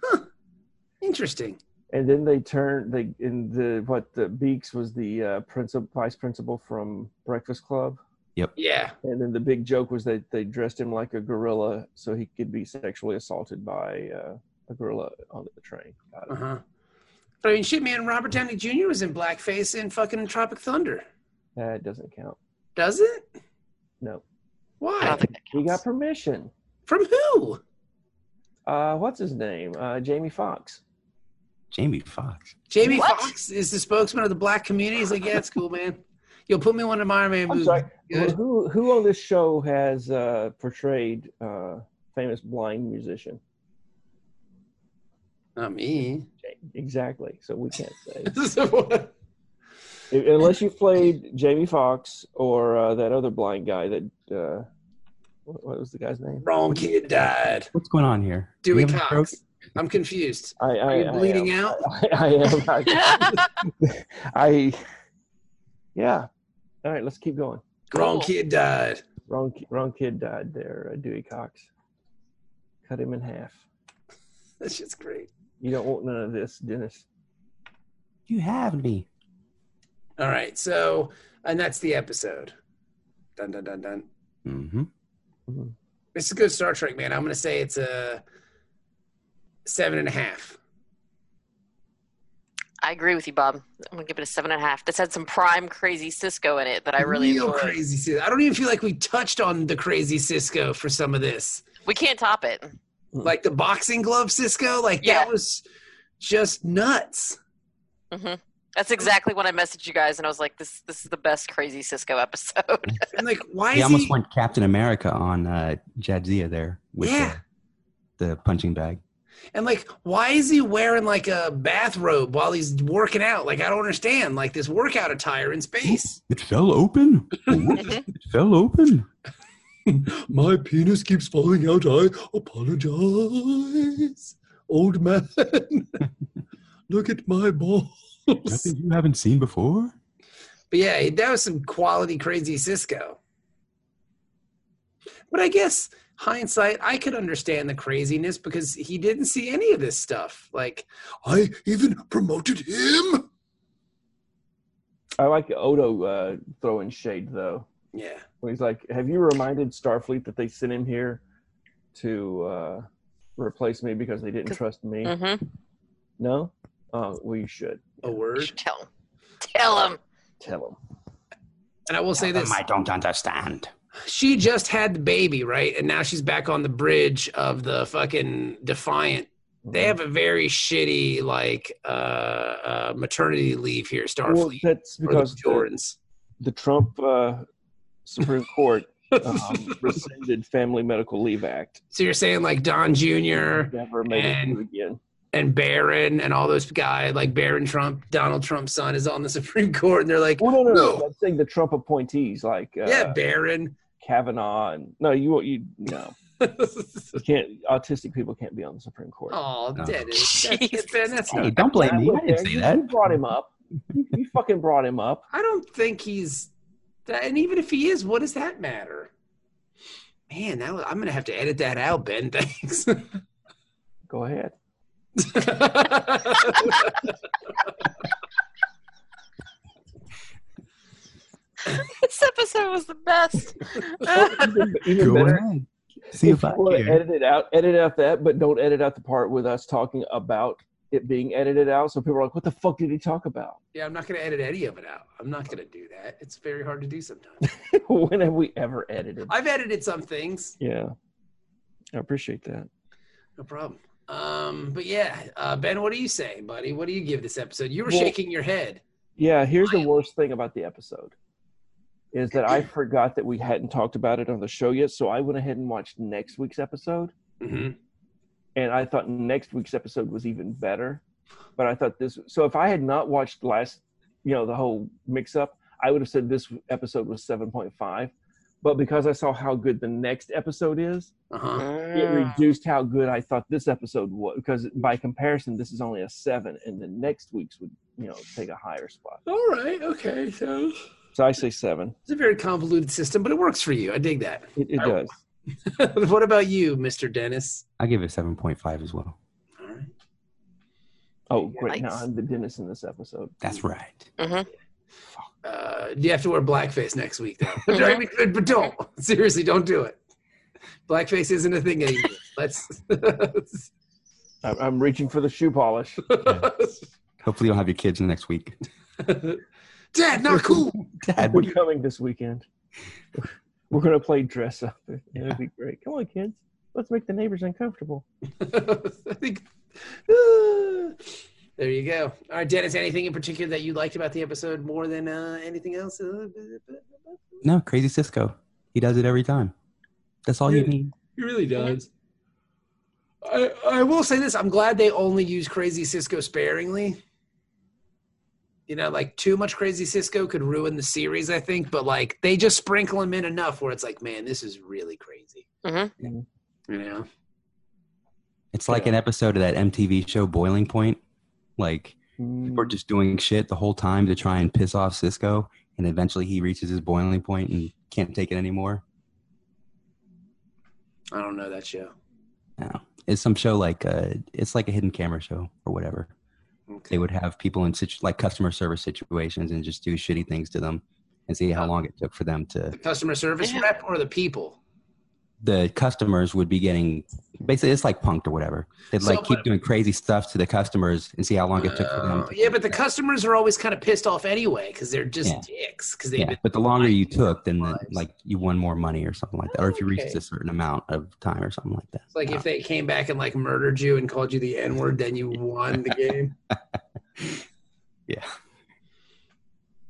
[SPEAKER 2] Huh. Interesting.
[SPEAKER 7] And then they turned they in the what the Beaks was the uh, principal vice principal from Breakfast Club.
[SPEAKER 2] Yeah.
[SPEAKER 7] And then the big joke was that they dressed him like a gorilla so he could be sexually assaulted by uh, a gorilla on the train. Got
[SPEAKER 2] Uh
[SPEAKER 7] it.
[SPEAKER 2] huh. But I mean, shit, man. Robert Downey Jr. was in blackface in fucking Tropic Thunder.
[SPEAKER 7] That doesn't count.
[SPEAKER 2] Does it?
[SPEAKER 5] I
[SPEAKER 7] No.
[SPEAKER 2] Why?
[SPEAKER 5] don't think that
[SPEAKER 7] He got
[SPEAKER 5] counts.
[SPEAKER 7] permission.
[SPEAKER 2] From who?
[SPEAKER 7] Uh, what's his name? Uh, Jamie Foxx.
[SPEAKER 3] Jamie Foxx.
[SPEAKER 2] Jamie
[SPEAKER 5] What?
[SPEAKER 2] Foxx is the spokesman of the black community. He's like, yeah, it's cool, man. You'll put me one of my Iron Man
[SPEAKER 7] I'm
[SPEAKER 2] movies.
[SPEAKER 7] sorry.
[SPEAKER 2] Good.
[SPEAKER 7] Who, who on this show has uh, portrayed uh, famous blind musician?
[SPEAKER 2] Not me.
[SPEAKER 7] Exactly. So we can't say.
[SPEAKER 2] So-
[SPEAKER 7] Unless you played Jamie Foxx or uh, that other blind guy that, uh, what what was the guy's name?
[SPEAKER 2] Wrong kid died.
[SPEAKER 3] What's going on here?
[SPEAKER 2] Dewey
[SPEAKER 3] You have a stroke?
[SPEAKER 2] Cox. I'm confused.
[SPEAKER 7] I, I,
[SPEAKER 2] Are you
[SPEAKER 7] I
[SPEAKER 2] bleeding
[SPEAKER 7] am.
[SPEAKER 2] out?
[SPEAKER 7] I, I am. I, I- yeah. All right, let's keep going.
[SPEAKER 2] Wrong
[SPEAKER 5] Cool.
[SPEAKER 2] kid died.
[SPEAKER 7] Wrong, ki- wrong kid died there. Uh, Dewey Cox cut him in half.
[SPEAKER 2] That shit's great.
[SPEAKER 7] You don't want none of this, Dennis.
[SPEAKER 3] You have me.
[SPEAKER 2] All right. So, and that's the episode. Dun dun dun dun. Mm-hmm.
[SPEAKER 3] hmm
[SPEAKER 2] This is good Star Trek, man. I'm gonna say it's a seven and a half.
[SPEAKER 5] I agree with you, Bob. I'm gonna give it a seven and a half. This had some prime crazy Cisco in it that I really
[SPEAKER 2] Real
[SPEAKER 5] enjoyed.
[SPEAKER 2] crazy. Sis- I don't even feel like we touched on the crazy Cisco for some of this,
[SPEAKER 5] We can't top it.
[SPEAKER 2] like the boxing glove Cisco. Like
[SPEAKER 5] Yeah.
[SPEAKER 2] that was just nuts.
[SPEAKER 5] hmm That's exactly when I messaged you guys, and I was like, "This, this is the best crazy Cisco episode."
[SPEAKER 2] And like, why
[SPEAKER 3] He
[SPEAKER 2] is
[SPEAKER 3] almost
[SPEAKER 2] he?
[SPEAKER 3] went Captain America on uh, Jadzia there with
[SPEAKER 2] Yeah.
[SPEAKER 3] the, the punching bag.
[SPEAKER 2] And like, why is he wearing like a bathrobe while he's working out? Like, I don't understand. Like this workout attire in space.
[SPEAKER 3] It fell open.
[SPEAKER 5] Mhm.
[SPEAKER 3] it fell open.
[SPEAKER 1] My penis keeps falling out. I apologize, old man. Look at my balls.
[SPEAKER 3] you haven't seen before.
[SPEAKER 2] But yeah, that was some quality crazy Cisco. But I guess hindsight, I could understand the craziness because he didn't see any of this stuff. Like,
[SPEAKER 1] I even promoted him.
[SPEAKER 7] I like Odo uh, throwing shade, though.
[SPEAKER 2] yeah,
[SPEAKER 7] When he's like, Have you reminded Starfleet that they sent him here to uh, replace me because they didn't trust me?
[SPEAKER 5] Mm-hmm.
[SPEAKER 7] No? Uh, well, you should.
[SPEAKER 2] a word.
[SPEAKER 5] Tell him, tell him.
[SPEAKER 7] Tell him.
[SPEAKER 2] And I will say this:
[SPEAKER 3] I don't understand.
[SPEAKER 2] she just had the baby, right? And now she's back on the bridge of the fucking Defiant. They have a very shitty like uh, uh maternity leave here,
[SPEAKER 7] Well,
[SPEAKER 2] Starfleet.
[SPEAKER 7] that's
[SPEAKER 2] or the
[SPEAKER 7] because the,
[SPEAKER 2] Jordans.
[SPEAKER 7] the Trump uh, Supreme Court um, rescinded Family Medical Leave Act.
[SPEAKER 2] So you're saying like Don Jr.
[SPEAKER 7] Never made it
[SPEAKER 2] And-
[SPEAKER 7] through again.
[SPEAKER 2] and Barron and all those guys like Barron Trump, Donald Trump's son is on the Supreme Court, and they're like,
[SPEAKER 7] Well, no, no, no.
[SPEAKER 2] No.
[SPEAKER 7] I'm saying the Trump appointees like uh,
[SPEAKER 2] yeah, Barron.
[SPEAKER 7] Kavanaugh and no, you you no, you can't. Autistic people can't be on the Supreme Court.
[SPEAKER 2] oh,
[SPEAKER 3] No.
[SPEAKER 2] that is that's,
[SPEAKER 5] Jesus.
[SPEAKER 2] Ben, that's
[SPEAKER 3] Hey,
[SPEAKER 2] not,
[SPEAKER 3] don't blame
[SPEAKER 7] Now,
[SPEAKER 3] me.
[SPEAKER 7] look
[SPEAKER 3] I didn't
[SPEAKER 7] there,
[SPEAKER 3] say
[SPEAKER 7] you,
[SPEAKER 3] that.
[SPEAKER 7] You brought him up. You, you fucking brought him up.
[SPEAKER 2] I don't think he's that. And even if he is, what does that matter? Man, that was, I'm gonna have to edit that out, Ben. Thanks.
[SPEAKER 7] Go ahead.
[SPEAKER 5] this episode was the best.
[SPEAKER 7] Even, even
[SPEAKER 3] Go
[SPEAKER 7] better.
[SPEAKER 3] ahead. See
[SPEAKER 7] If
[SPEAKER 3] if
[SPEAKER 7] you
[SPEAKER 3] I
[SPEAKER 7] want to
[SPEAKER 3] care.
[SPEAKER 7] edit it out, edit out that, but don't edit out the part with us talking about it being edited out. So people are like, "What the fuck did he talk about?"
[SPEAKER 2] yeah, I'm not gonna edit any of it out. I'm not gonna do that. It's very hard to do sometimes.
[SPEAKER 7] when have we ever edited?
[SPEAKER 2] I've edited some things.
[SPEAKER 7] Yeah, I appreciate that.
[SPEAKER 2] No problem. Um, but yeah, uh, Ben, what do you say, buddy? What do you give this episode? You were
[SPEAKER 7] Well-
[SPEAKER 2] shaking your head.
[SPEAKER 7] Yeah, here's the worst thing about the episode is that I forgot that we hadn't talked about it on the show yet. So I went ahead and watched next week's episode,
[SPEAKER 2] Mm-hmm.
[SPEAKER 7] and I thought next week's episode was even better. But I thought this. So if I had not watched last, you know, the whole mix-up, I would have said this episode was seven point five. But because I saw how good the next episode is,
[SPEAKER 2] Uh huh.
[SPEAKER 7] it
[SPEAKER 5] Mm.
[SPEAKER 7] reduced how good I thought this episode was because by comparison, this is only a seven, and the next week's would you know take a higher spot.
[SPEAKER 2] All right. Okay. So
[SPEAKER 7] So I say seven.
[SPEAKER 2] it's a very convoluted system, but it works for you. I dig that.
[SPEAKER 7] It, it does.
[SPEAKER 2] what about you, Mr. Dennis?
[SPEAKER 3] I give it seven point five as well.
[SPEAKER 2] All right.
[SPEAKER 7] Oh, great! Now
[SPEAKER 5] Yikes.
[SPEAKER 7] I'm the dentist in this episode.
[SPEAKER 3] That's right.
[SPEAKER 2] Uh, do you have to wear blackface next week? Though? But I mean, but don't seriously, don't do it. Blackface isn't a thing anymore. Let's.
[SPEAKER 7] I'm, I'm reaching for the shoe polish.
[SPEAKER 3] Hopefully, you'll have your kids next week.
[SPEAKER 2] Dad, not cool.
[SPEAKER 3] Dad, what
[SPEAKER 7] We're
[SPEAKER 3] do you-
[SPEAKER 7] coming this weekend. We're gonna play dress up. It'll be great. Come on, kids. Let's make the neighbors uncomfortable.
[SPEAKER 2] I think. Ah. there you go. All right, Dennis. Anything in particular that you liked about the episode more than uh, anything else? Uh,
[SPEAKER 3] no, crazy Cisco. He does it every time. That's all you
[SPEAKER 2] Dude.
[SPEAKER 3] need.
[SPEAKER 2] He really does. I, I will say this: I'm glad they only use Crazy Cisco sparingly. You know, like too much Crazy Cisco could ruin the series, I think. But like they just sprinkle him in enough where it's like, man, this is really crazy.
[SPEAKER 5] Mhm.
[SPEAKER 7] Mhm.
[SPEAKER 2] You know,
[SPEAKER 3] It's like an episode of that MTV show Boiling Point. Like we're
[SPEAKER 7] Mm,
[SPEAKER 3] just doing shit the whole time to try and piss off Cisco, and eventually he reaches his boiling point and can't take it anymore.
[SPEAKER 2] I don't know that show.
[SPEAKER 3] It's some show like uh, it's like a hidden camera show or whatever.
[SPEAKER 2] Okay.
[SPEAKER 3] They would have people in situ- like customer service situations and just do shitty things to them, and see how long it took for them to.
[SPEAKER 2] The customer service
[SPEAKER 5] Yeah.
[SPEAKER 2] rep or the people?
[SPEAKER 3] The customers would be getting basically it's like punked or whatever. They'd
[SPEAKER 2] So,
[SPEAKER 3] like keep
[SPEAKER 2] but-
[SPEAKER 3] doing crazy stuff to the customers and see how long it took for them.
[SPEAKER 2] Uh,
[SPEAKER 3] to-
[SPEAKER 2] yeah, but the customers are always kind of pissed off anyway because they're just
[SPEAKER 3] Yeah.
[SPEAKER 2] dicks. Because they
[SPEAKER 3] Yeah,
[SPEAKER 2] have
[SPEAKER 3] but the longer you took, then the,
[SPEAKER 2] lives.
[SPEAKER 3] like you won more money or something like that, or if you reached
[SPEAKER 2] Okay.
[SPEAKER 3] a certain amount of time or something like that.
[SPEAKER 2] It's like
[SPEAKER 3] Yeah.
[SPEAKER 2] if they came back and like murdered you and called you the N word, then you won the game.
[SPEAKER 3] Yeah.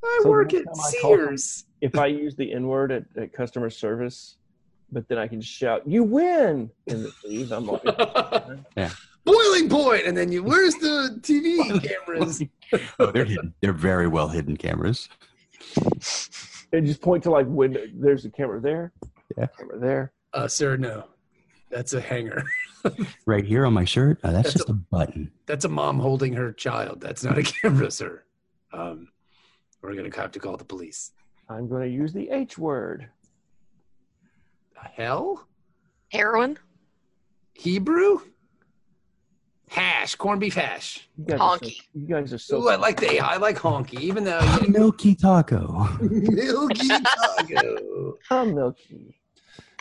[SPEAKER 2] I
[SPEAKER 7] So
[SPEAKER 2] work
[SPEAKER 7] next
[SPEAKER 2] at
[SPEAKER 7] time I call them-
[SPEAKER 2] Sears.
[SPEAKER 7] If I use the N word at, at customer service, but then I can shout, "You win!" and then leave. I'm like,
[SPEAKER 3] Yeah.
[SPEAKER 2] Boiling point, and then you. Where's the TV cameras?
[SPEAKER 3] Oh, they're hidden. They're very well hidden cameras.
[SPEAKER 7] and just point to like window. There's a camera there.
[SPEAKER 3] Yeah.
[SPEAKER 7] Camera there.
[SPEAKER 2] Uh, sir, no, that's a hanger.
[SPEAKER 3] Right here on my shirt. Oh, that's just a button.
[SPEAKER 2] That's a mom holding her child. That's not a camera, sir. Um, we're gonna have to call the police.
[SPEAKER 7] I'm going to use the H word.
[SPEAKER 2] Hell,
[SPEAKER 5] Heroin,
[SPEAKER 2] Hebrew, hash, corned beef hash.
[SPEAKER 7] You guys are so-
[SPEAKER 5] honky.
[SPEAKER 7] you guys are
[SPEAKER 2] Ooh,
[SPEAKER 7] so.
[SPEAKER 2] I like the. I like honky, even though.
[SPEAKER 3] Milky taco.
[SPEAKER 2] Milky Taco.
[SPEAKER 7] I'm milky.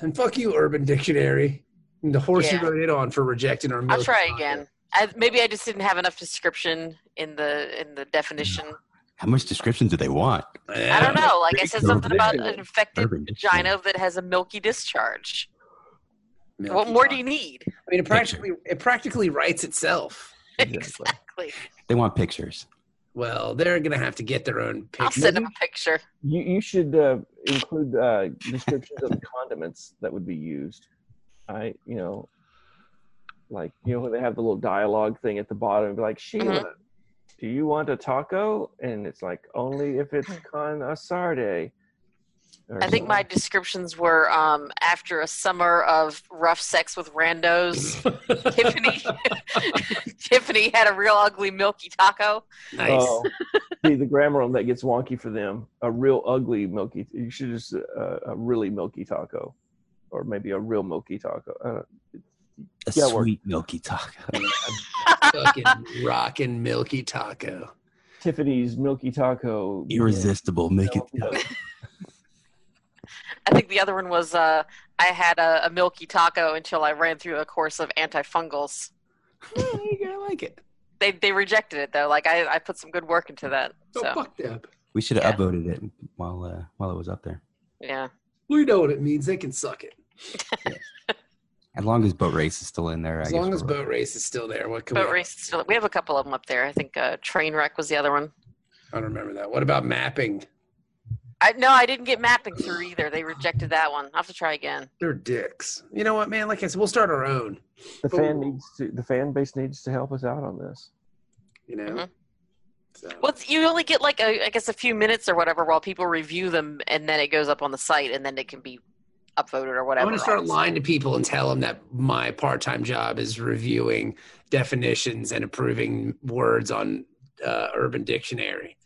[SPEAKER 2] and fuck you, Urban Dictionary. And the horse
[SPEAKER 5] Yeah.
[SPEAKER 2] you rode it on for rejecting our.
[SPEAKER 5] I'll
[SPEAKER 2] milk
[SPEAKER 5] try
[SPEAKER 2] chocolate.
[SPEAKER 5] again. I, maybe I just didn't have enough description in the in the definition.
[SPEAKER 3] How much description do they want?
[SPEAKER 5] I don't know. Like I
[SPEAKER 3] Pretty
[SPEAKER 5] said something
[SPEAKER 3] conservative.
[SPEAKER 5] about an infected
[SPEAKER 3] Urban dictionary.
[SPEAKER 5] vagina that has a milky discharge.
[SPEAKER 2] Milky
[SPEAKER 5] What more
[SPEAKER 2] Taco.
[SPEAKER 5] do you need?
[SPEAKER 2] I mean, it practically it practically writes itself.
[SPEAKER 7] Exactly.
[SPEAKER 5] Exactly.
[SPEAKER 3] They want pictures.
[SPEAKER 2] Well, they're gonna have to get their own
[SPEAKER 5] I'll
[SPEAKER 2] picture.
[SPEAKER 5] send him a picture.
[SPEAKER 7] You you should uh, include uh, descriptions of the condiments that would be used. I you know, like you know when they have the little dialogue thing at the bottom and be like sheila
[SPEAKER 5] Mm-hmm.
[SPEAKER 7] do you want a taco and it's like only if it's con asarde or
[SPEAKER 5] Hmm. I think my descriptions were um, after a summer of rough sex with randos, Tiffany Tiffany had a real ugly milky taco.
[SPEAKER 2] Nice.
[SPEAKER 7] Oh, see, the grammar on that gets wonky for them. A real ugly milky. You should just uh, a really milky taco, or maybe a real milky taco. Uh,
[SPEAKER 3] A
[SPEAKER 7] Yeah, we're-
[SPEAKER 3] sweet milky taco.
[SPEAKER 5] Oh.
[SPEAKER 2] Fucking rockin' milky taco.
[SPEAKER 7] Tiffany's milky taco.
[SPEAKER 3] Irresistible milky
[SPEAKER 7] Yeah.
[SPEAKER 3] taco.
[SPEAKER 5] I think the other one was uh, I had a, a milky taco until I ran through a course of antifungals.
[SPEAKER 2] Oh, there you go. I like it.
[SPEAKER 5] They they rejected it though. Like I, I put some good work into that.
[SPEAKER 2] So,
[SPEAKER 5] So
[SPEAKER 2] fucked up.
[SPEAKER 3] We should have
[SPEAKER 5] Yeah.
[SPEAKER 3] upvoted it while uh, while it was up there.
[SPEAKER 5] yeah,
[SPEAKER 2] We know what it means. They can suck it.
[SPEAKER 3] As long as boat race is still in there, I
[SPEAKER 2] As
[SPEAKER 3] guess
[SPEAKER 2] long
[SPEAKER 3] we're
[SPEAKER 2] as
[SPEAKER 3] rolling.
[SPEAKER 2] boat race is still there, what can
[SPEAKER 5] boat
[SPEAKER 2] we?
[SPEAKER 5] race. Still, we have a couple of them up there. I think uh, train wreck was the other one.
[SPEAKER 2] I don't remember that. What about mapping?
[SPEAKER 5] I no, I didn't get mapping through either. They rejected that one. I'll have to try again.
[SPEAKER 2] They're dicks. You know what, man? Like I said, we'll start our own.
[SPEAKER 7] The fan needs to. The fan base needs to help us out on this.
[SPEAKER 2] You know.
[SPEAKER 5] Mhm.
[SPEAKER 2] So,
[SPEAKER 5] Well, it's- you only get like a, I guess a few minutes or whatever while people review them, and then it goes up on the site, and then it can be upvoted or
[SPEAKER 2] I'm
[SPEAKER 5] whatever.
[SPEAKER 2] going to start lying to people and tell them that my part-time job is reviewing definitions and approving words on uh, Urban Dictionary.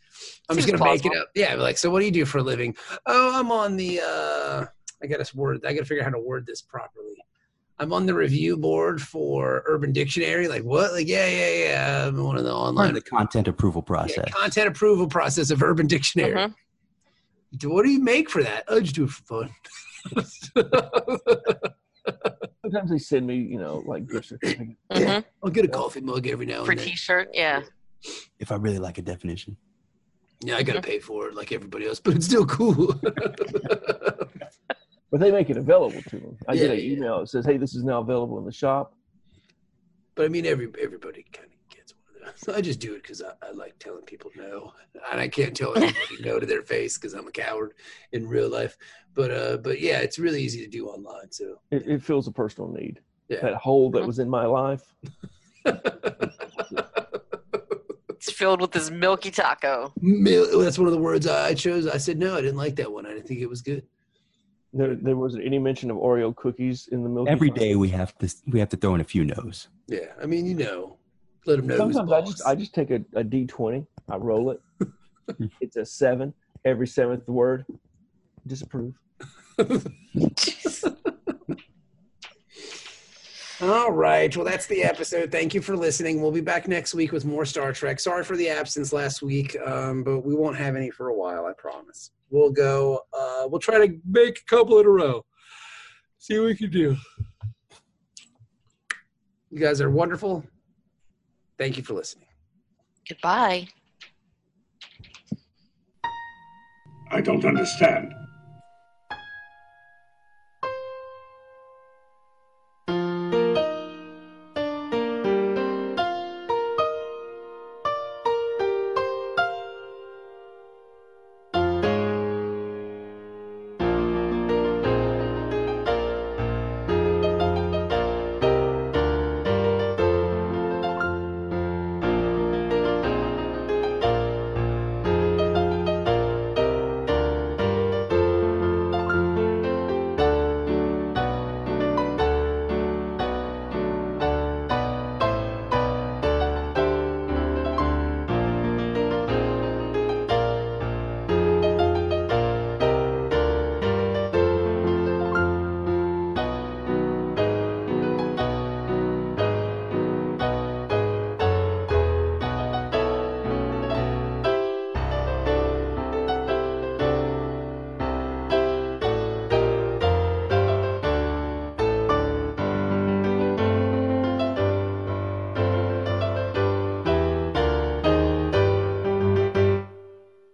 [SPEAKER 2] I'm just going
[SPEAKER 5] Seems
[SPEAKER 2] to make it
[SPEAKER 5] plausible.
[SPEAKER 2] up. Yeah, like so. What do you do for a living? Oh, I'm on the. Uh, I got to word. I got to figure out how to word this properly. I'm on the review board for Urban Dictionary. Like what? Like yeah, yeah, yeah. I'm one of the
[SPEAKER 3] Part
[SPEAKER 2] online
[SPEAKER 3] of the content approval
[SPEAKER 2] Yeah,
[SPEAKER 3] process.
[SPEAKER 2] content approval process of Urban Dictionary.
[SPEAKER 5] Mhm.
[SPEAKER 2] Do- What do you make for that? I just do it for fun.
[SPEAKER 7] Sometimes they send me, you know, like gift certificates.
[SPEAKER 5] Mhm.
[SPEAKER 2] Yeah. I'll get a coffee mug every now
[SPEAKER 5] for
[SPEAKER 2] and then.
[SPEAKER 5] T-shirt. Yeah,
[SPEAKER 3] If I really like a definition,
[SPEAKER 2] Yeah, I gotta pay for it like everybody else, but it's still cool.
[SPEAKER 7] but they make it available to them. I get
[SPEAKER 2] Yeah,
[SPEAKER 7] an
[SPEAKER 2] yeah.
[SPEAKER 7] email that says, "Hey, this is now available in the shop."
[SPEAKER 2] but I mean, every everybody kind of gets one of those. I just do it because I, I like telling people no, and I can't tell everybody no to their face because I'm a coward in real life. But uh, but yeah, it's really easy to do online. So
[SPEAKER 7] It, it feels a personal need.
[SPEAKER 2] Yeah.
[SPEAKER 7] That hole that was in my life.
[SPEAKER 5] it's filled with this milky taco.
[SPEAKER 2] Mil- that's one of the words I chose. I said no, I didn't like that one. I didn't think it was good.
[SPEAKER 7] There, there wasn't any mention of Oreo cookies in the milk.
[SPEAKER 3] every day we have to we have to throw in a few no's.
[SPEAKER 2] Yeah, I mean, you know, let them know who's
[SPEAKER 7] Sometimes I
[SPEAKER 2] boss.
[SPEAKER 7] just I just take a, a D twenty, I roll it. it's a seven. Every seventh word, disapprove.
[SPEAKER 2] All right. Well, that's the episode. Thank you for listening. We'll be back next week with more Star Trek. Sorry for the absence last week, um, but we won't have any for a while. I promise. We'll go. Uh, we'll try to make a couple in a row. See what we can do. You guys are wonderful. Thank you for listening.
[SPEAKER 5] Goodbye.
[SPEAKER 8] I don't understand.